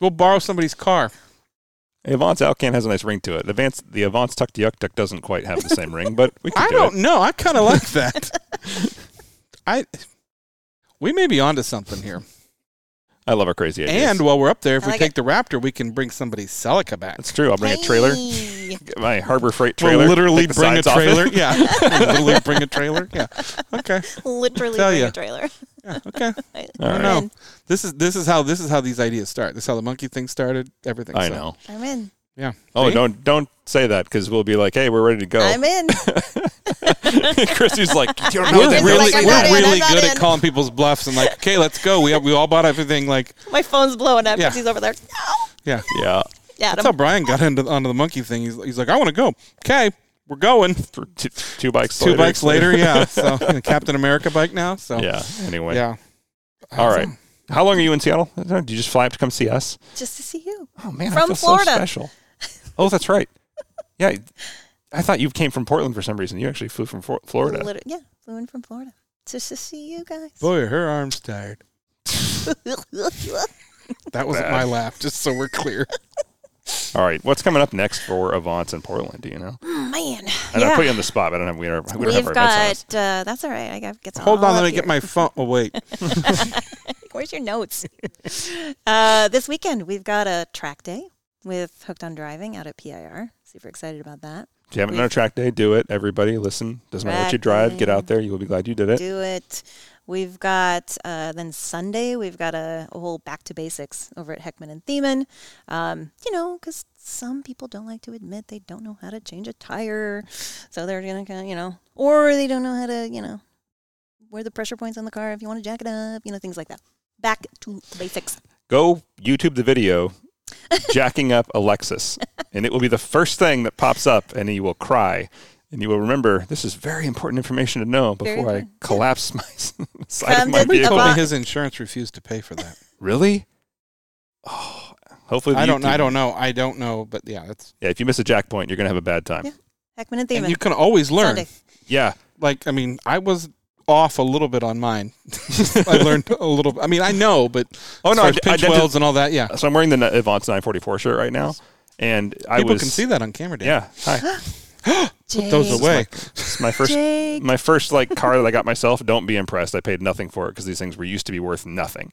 [SPEAKER 2] we'll borrow somebody's car.
[SPEAKER 1] The Avance Alcan has a nice ring to it. The Avance, the Avance Tuck Yuck Duck doesn't quite have the same ring, but we can
[SPEAKER 2] I
[SPEAKER 1] do
[SPEAKER 2] don't
[SPEAKER 1] it.
[SPEAKER 2] know. I kind of like that. I we may be onto something here.
[SPEAKER 1] I love our crazy ideas.
[SPEAKER 2] And while we're up there, if
[SPEAKER 3] I
[SPEAKER 2] we
[SPEAKER 3] like
[SPEAKER 2] take the Raptor, we can bring somebody's Celica back.
[SPEAKER 1] that's true. I'll bring a trailer,
[SPEAKER 3] Hey.
[SPEAKER 1] get my Harbor Freight trailer.
[SPEAKER 2] We'll literally
[SPEAKER 1] take the
[SPEAKER 2] bring a
[SPEAKER 1] sides off it.
[SPEAKER 2] trailer. Yeah, We'll literally bring a trailer. Yeah. Okay.
[SPEAKER 3] Literally
[SPEAKER 2] Tell
[SPEAKER 3] bring
[SPEAKER 2] ya.
[SPEAKER 3] a trailer.
[SPEAKER 2] Yeah. Okay.
[SPEAKER 3] I
[SPEAKER 1] All
[SPEAKER 2] I
[SPEAKER 1] right.
[SPEAKER 2] know. This is this is how this is how these ideas start. This is how the monkey thing started. Everything.
[SPEAKER 1] I
[SPEAKER 2] So,
[SPEAKER 1] know.
[SPEAKER 3] I'm in.
[SPEAKER 2] Yeah.
[SPEAKER 1] Oh,
[SPEAKER 2] See?
[SPEAKER 1] don't don't say that because we'll be like, hey, we're ready to go.
[SPEAKER 3] I'm in.
[SPEAKER 1] Chrissy's like, you don't
[SPEAKER 3] I'm
[SPEAKER 1] know
[SPEAKER 2] We're
[SPEAKER 1] that
[SPEAKER 3] Like,
[SPEAKER 2] really,
[SPEAKER 3] I'm
[SPEAKER 2] we're
[SPEAKER 3] not in,
[SPEAKER 2] really
[SPEAKER 3] I'm not
[SPEAKER 2] good at
[SPEAKER 3] in.
[SPEAKER 2] calling people's bluffs and like, okay, let's go. We we all bought everything. Like,
[SPEAKER 3] My phone's blowing up
[SPEAKER 2] Yeah.
[SPEAKER 3] because he's over there. No.
[SPEAKER 2] yeah,
[SPEAKER 1] Yeah.
[SPEAKER 3] Yeah.
[SPEAKER 2] that's how Brian got into onto the monkey thing. He's, he's like, I want to go. Okay, we're going.
[SPEAKER 1] For two, two bikes
[SPEAKER 2] Two
[SPEAKER 1] later.
[SPEAKER 2] bikes later, yeah. So and a Captain America bike now. So
[SPEAKER 1] yeah. Anyway.
[SPEAKER 2] yeah.
[SPEAKER 1] All right. How long are you in Seattle? I don't know. Did you just fly up to come see us?
[SPEAKER 3] Just to see you.
[SPEAKER 1] Oh, man. I
[SPEAKER 3] From
[SPEAKER 1] feel so
[SPEAKER 3] Florida.
[SPEAKER 1] special. Oh, that's right. Yeah. I thought you came from Portland for some reason. You actually flew from Flor- Florida.
[SPEAKER 3] Liter- yeah. Flew in from Florida. Just to see you guys.
[SPEAKER 2] Boy, are her arms tired. That wasn't
[SPEAKER 1] Bad.
[SPEAKER 2] my laugh. Just so we're clear.
[SPEAKER 1] All right. What's coming up next for Avance in Portland? Do you know?
[SPEAKER 3] Man.
[SPEAKER 1] And I
[SPEAKER 3] yeah.
[SPEAKER 1] put you on the spot. but I don't have, we don't, we don't have
[SPEAKER 3] We've
[SPEAKER 1] our events on us.
[SPEAKER 3] got, uh, that's all right. I got, get some
[SPEAKER 2] Hold
[SPEAKER 3] all
[SPEAKER 2] on, let
[SPEAKER 3] up
[SPEAKER 2] me get
[SPEAKER 3] here.
[SPEAKER 2] my phone. Oh wait,
[SPEAKER 3] Where's your notes? uh, this weekend, we've got a track day with Hooked on Driving out at PIR. Super excited about that.
[SPEAKER 1] If you haven't done a track day, do it. Everybody, listen. Doesn't matter what you
[SPEAKER 3] Track
[SPEAKER 1] drive. Get
[SPEAKER 3] day.
[SPEAKER 1] out there. You will be glad you did it.
[SPEAKER 3] Do it. We've got, uh, then Sunday, we've got a, a whole back to basics over at Heckman and Thiemann. Um, you know, because some people don't like to admit they don't know how to change a tire. So they're going to kind of, you know, or they don't know how to, you know, where the pressure points on the car if you want to jack it up, you know, things like that. Back to basics.
[SPEAKER 1] Go YouTube the video jacking up Alexis, and it will be the first thing that pops up, and you will cry, and you will remember this is very important information to know
[SPEAKER 3] Very
[SPEAKER 1] before I
[SPEAKER 3] important.
[SPEAKER 1] collapse my side
[SPEAKER 3] Come
[SPEAKER 1] of my
[SPEAKER 3] to the
[SPEAKER 2] he
[SPEAKER 1] vehicle.
[SPEAKER 2] told me
[SPEAKER 3] About-
[SPEAKER 2] his insurance refused to pay for that.
[SPEAKER 1] Really? Oh, hopefully the
[SPEAKER 2] I don't.
[SPEAKER 1] YouTube-
[SPEAKER 2] I don't know. I don't know. But yeah, that's.
[SPEAKER 1] Yeah, if you miss a jack point, you're gonna have a bad time.
[SPEAKER 3] Yeah. Heckman and
[SPEAKER 2] And
[SPEAKER 3] Thiemann.
[SPEAKER 2] you can always learn.
[SPEAKER 3] Sunday.
[SPEAKER 1] Yeah,
[SPEAKER 2] Like I mean, I was off a little bit on mine. I learned a little. I mean, I know, but
[SPEAKER 1] Oh,
[SPEAKER 2] as
[SPEAKER 1] no,
[SPEAKER 2] far
[SPEAKER 1] I
[SPEAKER 2] as
[SPEAKER 1] d- I
[SPEAKER 2] pinch
[SPEAKER 1] did-
[SPEAKER 2] welds and all that. Yeah,
[SPEAKER 1] so I'm wearing the N- Avance 944 shirt right now, and I
[SPEAKER 2] people
[SPEAKER 1] was
[SPEAKER 2] can see that on camera. Dan.
[SPEAKER 1] Yeah, hi.
[SPEAKER 3] Jake.
[SPEAKER 2] those away.
[SPEAKER 1] It's my first
[SPEAKER 3] Jake.
[SPEAKER 1] my first like car that I got myself, don't be impressed. I paid nothing for it because these things were used to be worth nothing.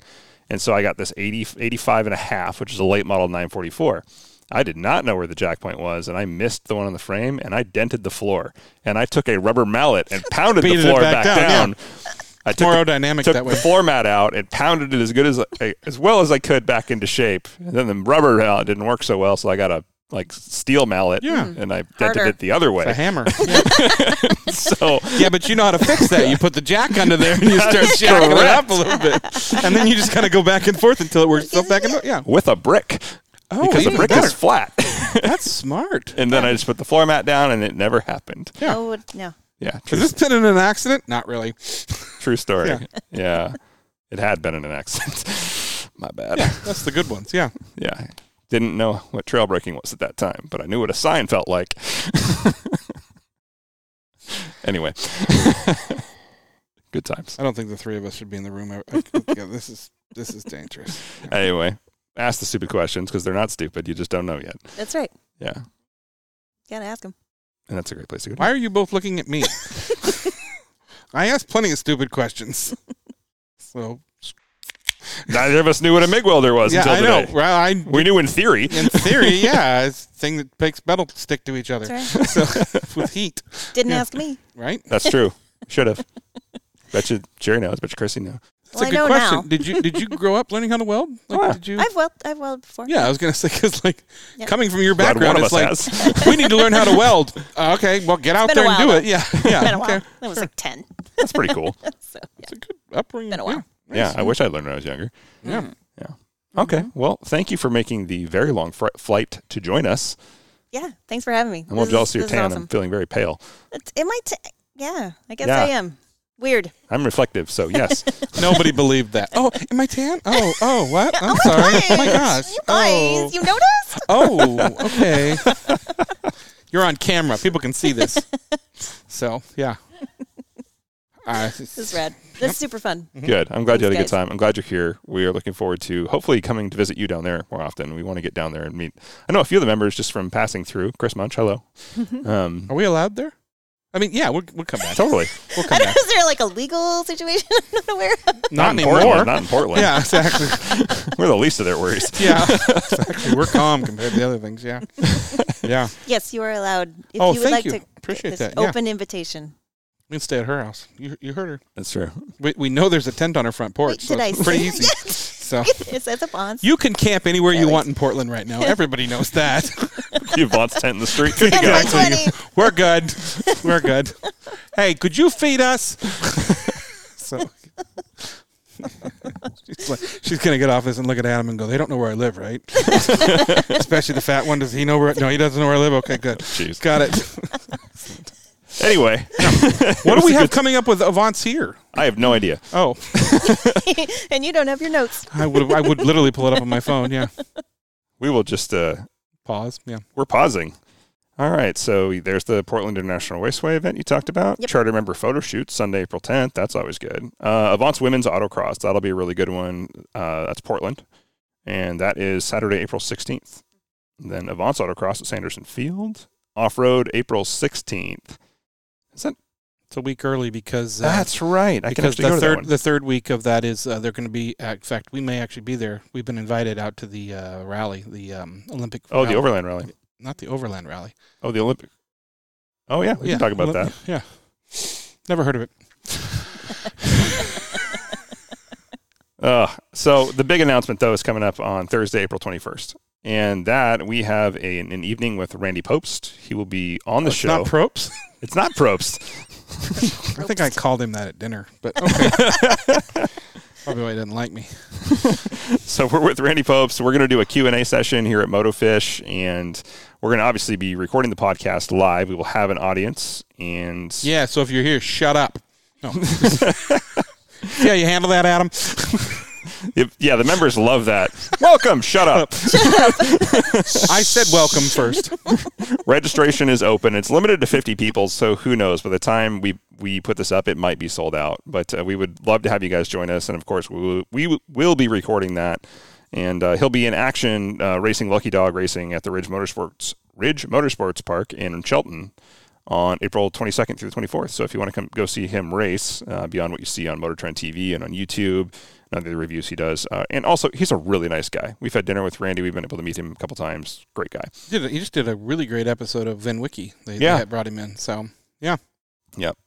[SPEAKER 1] And so I got this 80, 85 and a half, which is a late model 944. I did not know where the jack point was, and I missed the one on the frame, and I dented the floor. And I took a rubber mallet and pounded the
[SPEAKER 2] Beat it
[SPEAKER 1] floor
[SPEAKER 2] back
[SPEAKER 1] back,
[SPEAKER 2] down, yeah.
[SPEAKER 1] down. I took,
[SPEAKER 2] More
[SPEAKER 1] the,
[SPEAKER 2] aerodynamic
[SPEAKER 1] took
[SPEAKER 2] that way.
[SPEAKER 1] the floor mat out and pounded it as good as eh, as well as I could back into shape. And then the rubber mallet didn't work so well, so I got a like steel mallet,
[SPEAKER 2] Yeah.
[SPEAKER 1] and I dented
[SPEAKER 3] Harder.
[SPEAKER 1] it the other
[SPEAKER 2] A
[SPEAKER 1] way.
[SPEAKER 2] hammer. Yeah.
[SPEAKER 1] So
[SPEAKER 2] Yeah, but you know how to fix that. You put the jack under there and you start jacking it up a little bit, and then you just kind of go back and forth until it works itself back and forth. Yeah.
[SPEAKER 1] with a brick,
[SPEAKER 2] Oh,
[SPEAKER 1] because the
[SPEAKER 2] even
[SPEAKER 1] brick
[SPEAKER 2] better.
[SPEAKER 1] is flat.
[SPEAKER 2] That's smart.
[SPEAKER 1] and then I just put the floor mat down, and it never happened.
[SPEAKER 2] Yeah.
[SPEAKER 3] Oh no.
[SPEAKER 1] Yeah,
[SPEAKER 2] Has
[SPEAKER 1] true,
[SPEAKER 2] this been in an accident? Not really.
[SPEAKER 1] true story.
[SPEAKER 2] Yeah.
[SPEAKER 1] Yeah. it had been in an accident. My bad.
[SPEAKER 2] Yeah,
[SPEAKER 1] Yeah.
[SPEAKER 2] that's the good ones. Yeah.
[SPEAKER 1] I didn't know what trail breaking was at that time, but I knew what a sign felt like. anyway, good times.
[SPEAKER 2] I don't think the three of us should be in the room. I, I, yeah, this is this is dangerous.
[SPEAKER 1] Anyway, ask the stupid questions because they're not stupid. You just don't know yet.
[SPEAKER 3] That's right.
[SPEAKER 1] Yeah,
[SPEAKER 3] Gotta ask him.
[SPEAKER 1] and that's a great place to go.
[SPEAKER 2] Why are you both looking at me? I asked plenty of stupid questions. So
[SPEAKER 1] Neither of us knew what a MIG welder was
[SPEAKER 2] yeah,
[SPEAKER 1] until
[SPEAKER 2] I know.
[SPEAKER 1] today.
[SPEAKER 2] Well, I
[SPEAKER 1] We knew in theory.
[SPEAKER 2] in theory, yeah, it's a thing that makes metal stick to each other.
[SPEAKER 3] That's
[SPEAKER 2] So with heat,
[SPEAKER 3] Didn't
[SPEAKER 2] Yeah.
[SPEAKER 3] ask me.
[SPEAKER 2] right?
[SPEAKER 1] That's true. Should have. Bet you Jerry knows. Bet you Chrissy knows.
[SPEAKER 2] That's
[SPEAKER 3] Well,
[SPEAKER 2] a
[SPEAKER 3] I
[SPEAKER 2] good
[SPEAKER 3] know
[SPEAKER 2] question.
[SPEAKER 3] now.
[SPEAKER 2] Did you did you grow up learning how to weld? Like,
[SPEAKER 1] Oh, yeah.
[SPEAKER 2] did you?
[SPEAKER 3] I've welded. I've welded before.
[SPEAKER 2] yeah, I was gonna say because like
[SPEAKER 3] Yeah.
[SPEAKER 2] coming from your
[SPEAKER 1] Glad one
[SPEAKER 2] background,
[SPEAKER 1] of
[SPEAKER 2] it's like
[SPEAKER 1] us has.
[SPEAKER 2] we need to learn how to weld. Uh, okay, well get out
[SPEAKER 3] been a
[SPEAKER 2] there and
[SPEAKER 3] while,
[SPEAKER 2] do it.
[SPEAKER 3] though.
[SPEAKER 2] Yeah, yeah.
[SPEAKER 3] It's been a
[SPEAKER 2] okay.
[SPEAKER 3] while. It was like ten.
[SPEAKER 1] That's pretty cool.
[SPEAKER 3] So yeah.
[SPEAKER 2] It's a good upbringing.
[SPEAKER 3] Been a while.
[SPEAKER 2] Yeah,
[SPEAKER 1] Yeah,
[SPEAKER 2] nice. Hmm.
[SPEAKER 1] I wish I learned when I was younger.
[SPEAKER 2] Yeah.
[SPEAKER 1] Yeah. Okay. Well, thank you for making the very long fr- flight to join us.
[SPEAKER 3] Yeah, Thanks for having me.
[SPEAKER 1] I'm a little
[SPEAKER 3] This
[SPEAKER 1] jealous
[SPEAKER 3] is-
[SPEAKER 1] of your
[SPEAKER 3] this is
[SPEAKER 1] tan. I'm
[SPEAKER 3] Awesome.
[SPEAKER 1] feeling very pale.
[SPEAKER 3] It's- It might. ta- yeah. I guess
[SPEAKER 1] Yeah.
[SPEAKER 3] I am. Weird.
[SPEAKER 1] I'm reflective, so yes.
[SPEAKER 2] Nobody believed that. Oh, am I tan? Oh, oh, what? I'm
[SPEAKER 3] Oh
[SPEAKER 2] sorry.
[SPEAKER 3] my
[SPEAKER 2] Oh my
[SPEAKER 3] gosh.
[SPEAKER 2] gosh.
[SPEAKER 3] You
[SPEAKER 2] Oh,
[SPEAKER 3] guys, you noticed?
[SPEAKER 2] oh, okay. You're on camera. People can see this. So yeah. Uh,
[SPEAKER 3] This is rad. This is super fun.
[SPEAKER 1] Good. I'm glad you had a good
[SPEAKER 3] Thanks, guys.
[SPEAKER 1] time. I'm glad you're here. We are looking forward to hopefully coming to visit you down there more often. We want to get down there and meet. I know a few of the members just from passing through. Chris Munch, hello. Um,
[SPEAKER 2] Are we allowed there? I mean, yeah, we'll, we'll Oh, come back.
[SPEAKER 1] totally.
[SPEAKER 2] We'll come
[SPEAKER 3] I don't know.
[SPEAKER 2] back.
[SPEAKER 3] Is there like a legal situation I'm not aware of?
[SPEAKER 2] Not,
[SPEAKER 1] in
[SPEAKER 2] anymore.
[SPEAKER 1] Portland. Not in Portland.
[SPEAKER 2] yeah, exactly.
[SPEAKER 1] We're the least of their worries.
[SPEAKER 2] Yeah, exactly. We're calm compared to the other things. Yeah, yeah.
[SPEAKER 3] Yes, you are allowed. If
[SPEAKER 2] Oh,
[SPEAKER 3] you would
[SPEAKER 2] thank
[SPEAKER 3] like
[SPEAKER 2] you.
[SPEAKER 3] to uh,
[SPEAKER 2] Appreciate
[SPEAKER 3] this
[SPEAKER 2] that, yeah.
[SPEAKER 3] Open invitation.
[SPEAKER 2] We can stay at her house. You, you heard her.
[SPEAKER 1] That's true.
[SPEAKER 2] We, we know there's a tent on her front porch.
[SPEAKER 3] Wait,
[SPEAKER 2] so
[SPEAKER 3] did I
[SPEAKER 2] it's pretty easy.
[SPEAKER 3] say that?
[SPEAKER 2] So
[SPEAKER 3] It says upon.
[SPEAKER 2] you can camp anywhere you
[SPEAKER 3] Really?
[SPEAKER 2] want in Portland right now. Everybody knows that.
[SPEAKER 1] You have Vaughn's tent in the street.
[SPEAKER 3] Everyone's
[SPEAKER 2] Exactly.
[SPEAKER 3] ready.
[SPEAKER 2] We're good. We're good. Hey, could you feed us? so she's, like, she's gonna get off this and look at Adam and go, "They don't know where I live, right?" Especially the fat one. Does he know where? No, he doesn't know where I live. Okay, good.
[SPEAKER 1] Jeez.
[SPEAKER 2] Got it.
[SPEAKER 1] Anyway,
[SPEAKER 2] What do we have coming up with Avance here?
[SPEAKER 1] I have no idea.
[SPEAKER 2] Oh,
[SPEAKER 3] and you don't have your notes.
[SPEAKER 2] I would I would literally pull it up on my phone. Yeah.
[SPEAKER 1] We will just uh,
[SPEAKER 2] Pause. Yeah.
[SPEAKER 1] we're pausing. All right, so there's the Portland International Raceway event you talked about.
[SPEAKER 3] Yep.
[SPEAKER 1] Charter member photo shoot Sunday, April 10th. That's always good. Uh, Avance Women's Autocross. That'll be a really good one. Uh, that's Portland, and that is Saturday, April 16th. And then Avance Autocross at Sanderson Field. Off road, April 16th.
[SPEAKER 2] It's a week early because uh,
[SPEAKER 1] That's right. I can
[SPEAKER 2] because
[SPEAKER 1] actually go
[SPEAKER 2] the
[SPEAKER 1] to
[SPEAKER 2] third
[SPEAKER 1] that one.
[SPEAKER 2] the third week of that is uh, they're going to be. Uh, in fact, we may actually be there. We've been invited out to the uh, rally, the um, Olympic.
[SPEAKER 1] Oh, the
[SPEAKER 2] rally.
[SPEAKER 1] Overland Rally.
[SPEAKER 2] not the Overland Rally.
[SPEAKER 1] Oh, the Olympic. Oh yeah, we can talk about that.
[SPEAKER 2] Olymp- Yeah, never heard of it.
[SPEAKER 1] Uh, so the big announcement though is coming up on Thursday, April 21st, and that we have a, an evening with Randy Popst. He will be on the
[SPEAKER 2] Oh, it's
[SPEAKER 1] show.
[SPEAKER 2] not Probst.
[SPEAKER 1] it's not Probst.
[SPEAKER 2] I think I called him that at dinner, but okay. Probably why he didn't like me.
[SPEAKER 1] so we're with Randy Popes. We're going to do a Q&A session here at MotoFish and we're going to obviously be recording the podcast live. We will have an audience and
[SPEAKER 2] Yeah, so if you're here, shut up. No. yeah, you handle that, Adam.
[SPEAKER 1] If- yeah, the members love that. Welcome, shut up.
[SPEAKER 2] I said welcome first.
[SPEAKER 1] Registration is open. It's limited to 50 people, so who knows? By the time we we put this up, it might be sold out. But uh, we would love to have you guys join us, and of course, we will, we will be recording that. And uh, he'll be in action uh, racing Lucky Dog Racing at the Ridge Motorsports Ridge Motorsports Park in Chelton on April 22nd through the 24th. So if you want to come go see him race uh, beyond what you see on Motor Trend TV and on YouTube and other reviews he does, uh, and also he's a really nice guy. We've had dinner with Randy. We've been able to meet him a couple times. Great guy.
[SPEAKER 2] He, did a, he just did a really great episode of Vin Wiki. They, they
[SPEAKER 1] Yeah.
[SPEAKER 2] had brought him in, so
[SPEAKER 1] Yep,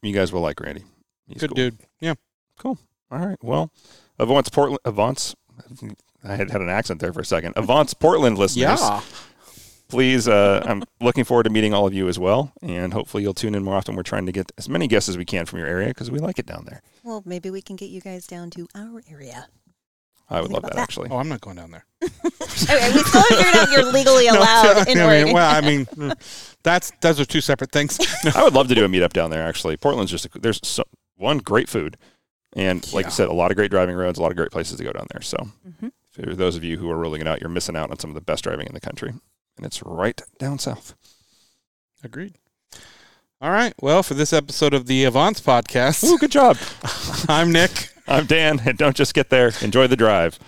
[SPEAKER 1] you guys will like Randy. He's
[SPEAKER 2] good
[SPEAKER 1] cool.
[SPEAKER 2] dude. Yeah,
[SPEAKER 1] All right. Well, Avance Portland, Avance. I had had an accent there for a second. Avance Portland listeners, please. Uh, I'm looking forward to meeting all of you as well, and hopefully you'll tune in more often. We're trying to get as many guests as we can from your area because we like it down there.
[SPEAKER 3] Well, maybe we can get you guys down to our area.
[SPEAKER 1] I would
[SPEAKER 3] Think
[SPEAKER 1] love
[SPEAKER 3] about
[SPEAKER 1] that,
[SPEAKER 3] that.
[SPEAKER 1] actually.
[SPEAKER 2] Oh, I'm not going down there.
[SPEAKER 3] Okay, we still haven't figured out if you're legally
[SPEAKER 2] No, I
[SPEAKER 3] allowed in
[SPEAKER 2] mean,
[SPEAKER 3] Oregon.
[SPEAKER 2] well, I mean, mm, that's those are two separate things.
[SPEAKER 1] I would love to do a meetup down there. Actually, Portland's just a, there's so, one great food, and like
[SPEAKER 2] Yeah.
[SPEAKER 1] you said, a lot of great driving roads, a lot of great places to go down there. So
[SPEAKER 3] Mhm.
[SPEAKER 1] for those of you who are ruling it out, you're missing out on some of the best driving in the country, and it's right down south.
[SPEAKER 2] Agreed. All right. Well, for this episode of the Avance podcast,
[SPEAKER 1] Ooh, good job.
[SPEAKER 2] I'm Nick.
[SPEAKER 1] I'm Dan, and don't just get there. Enjoy the drive.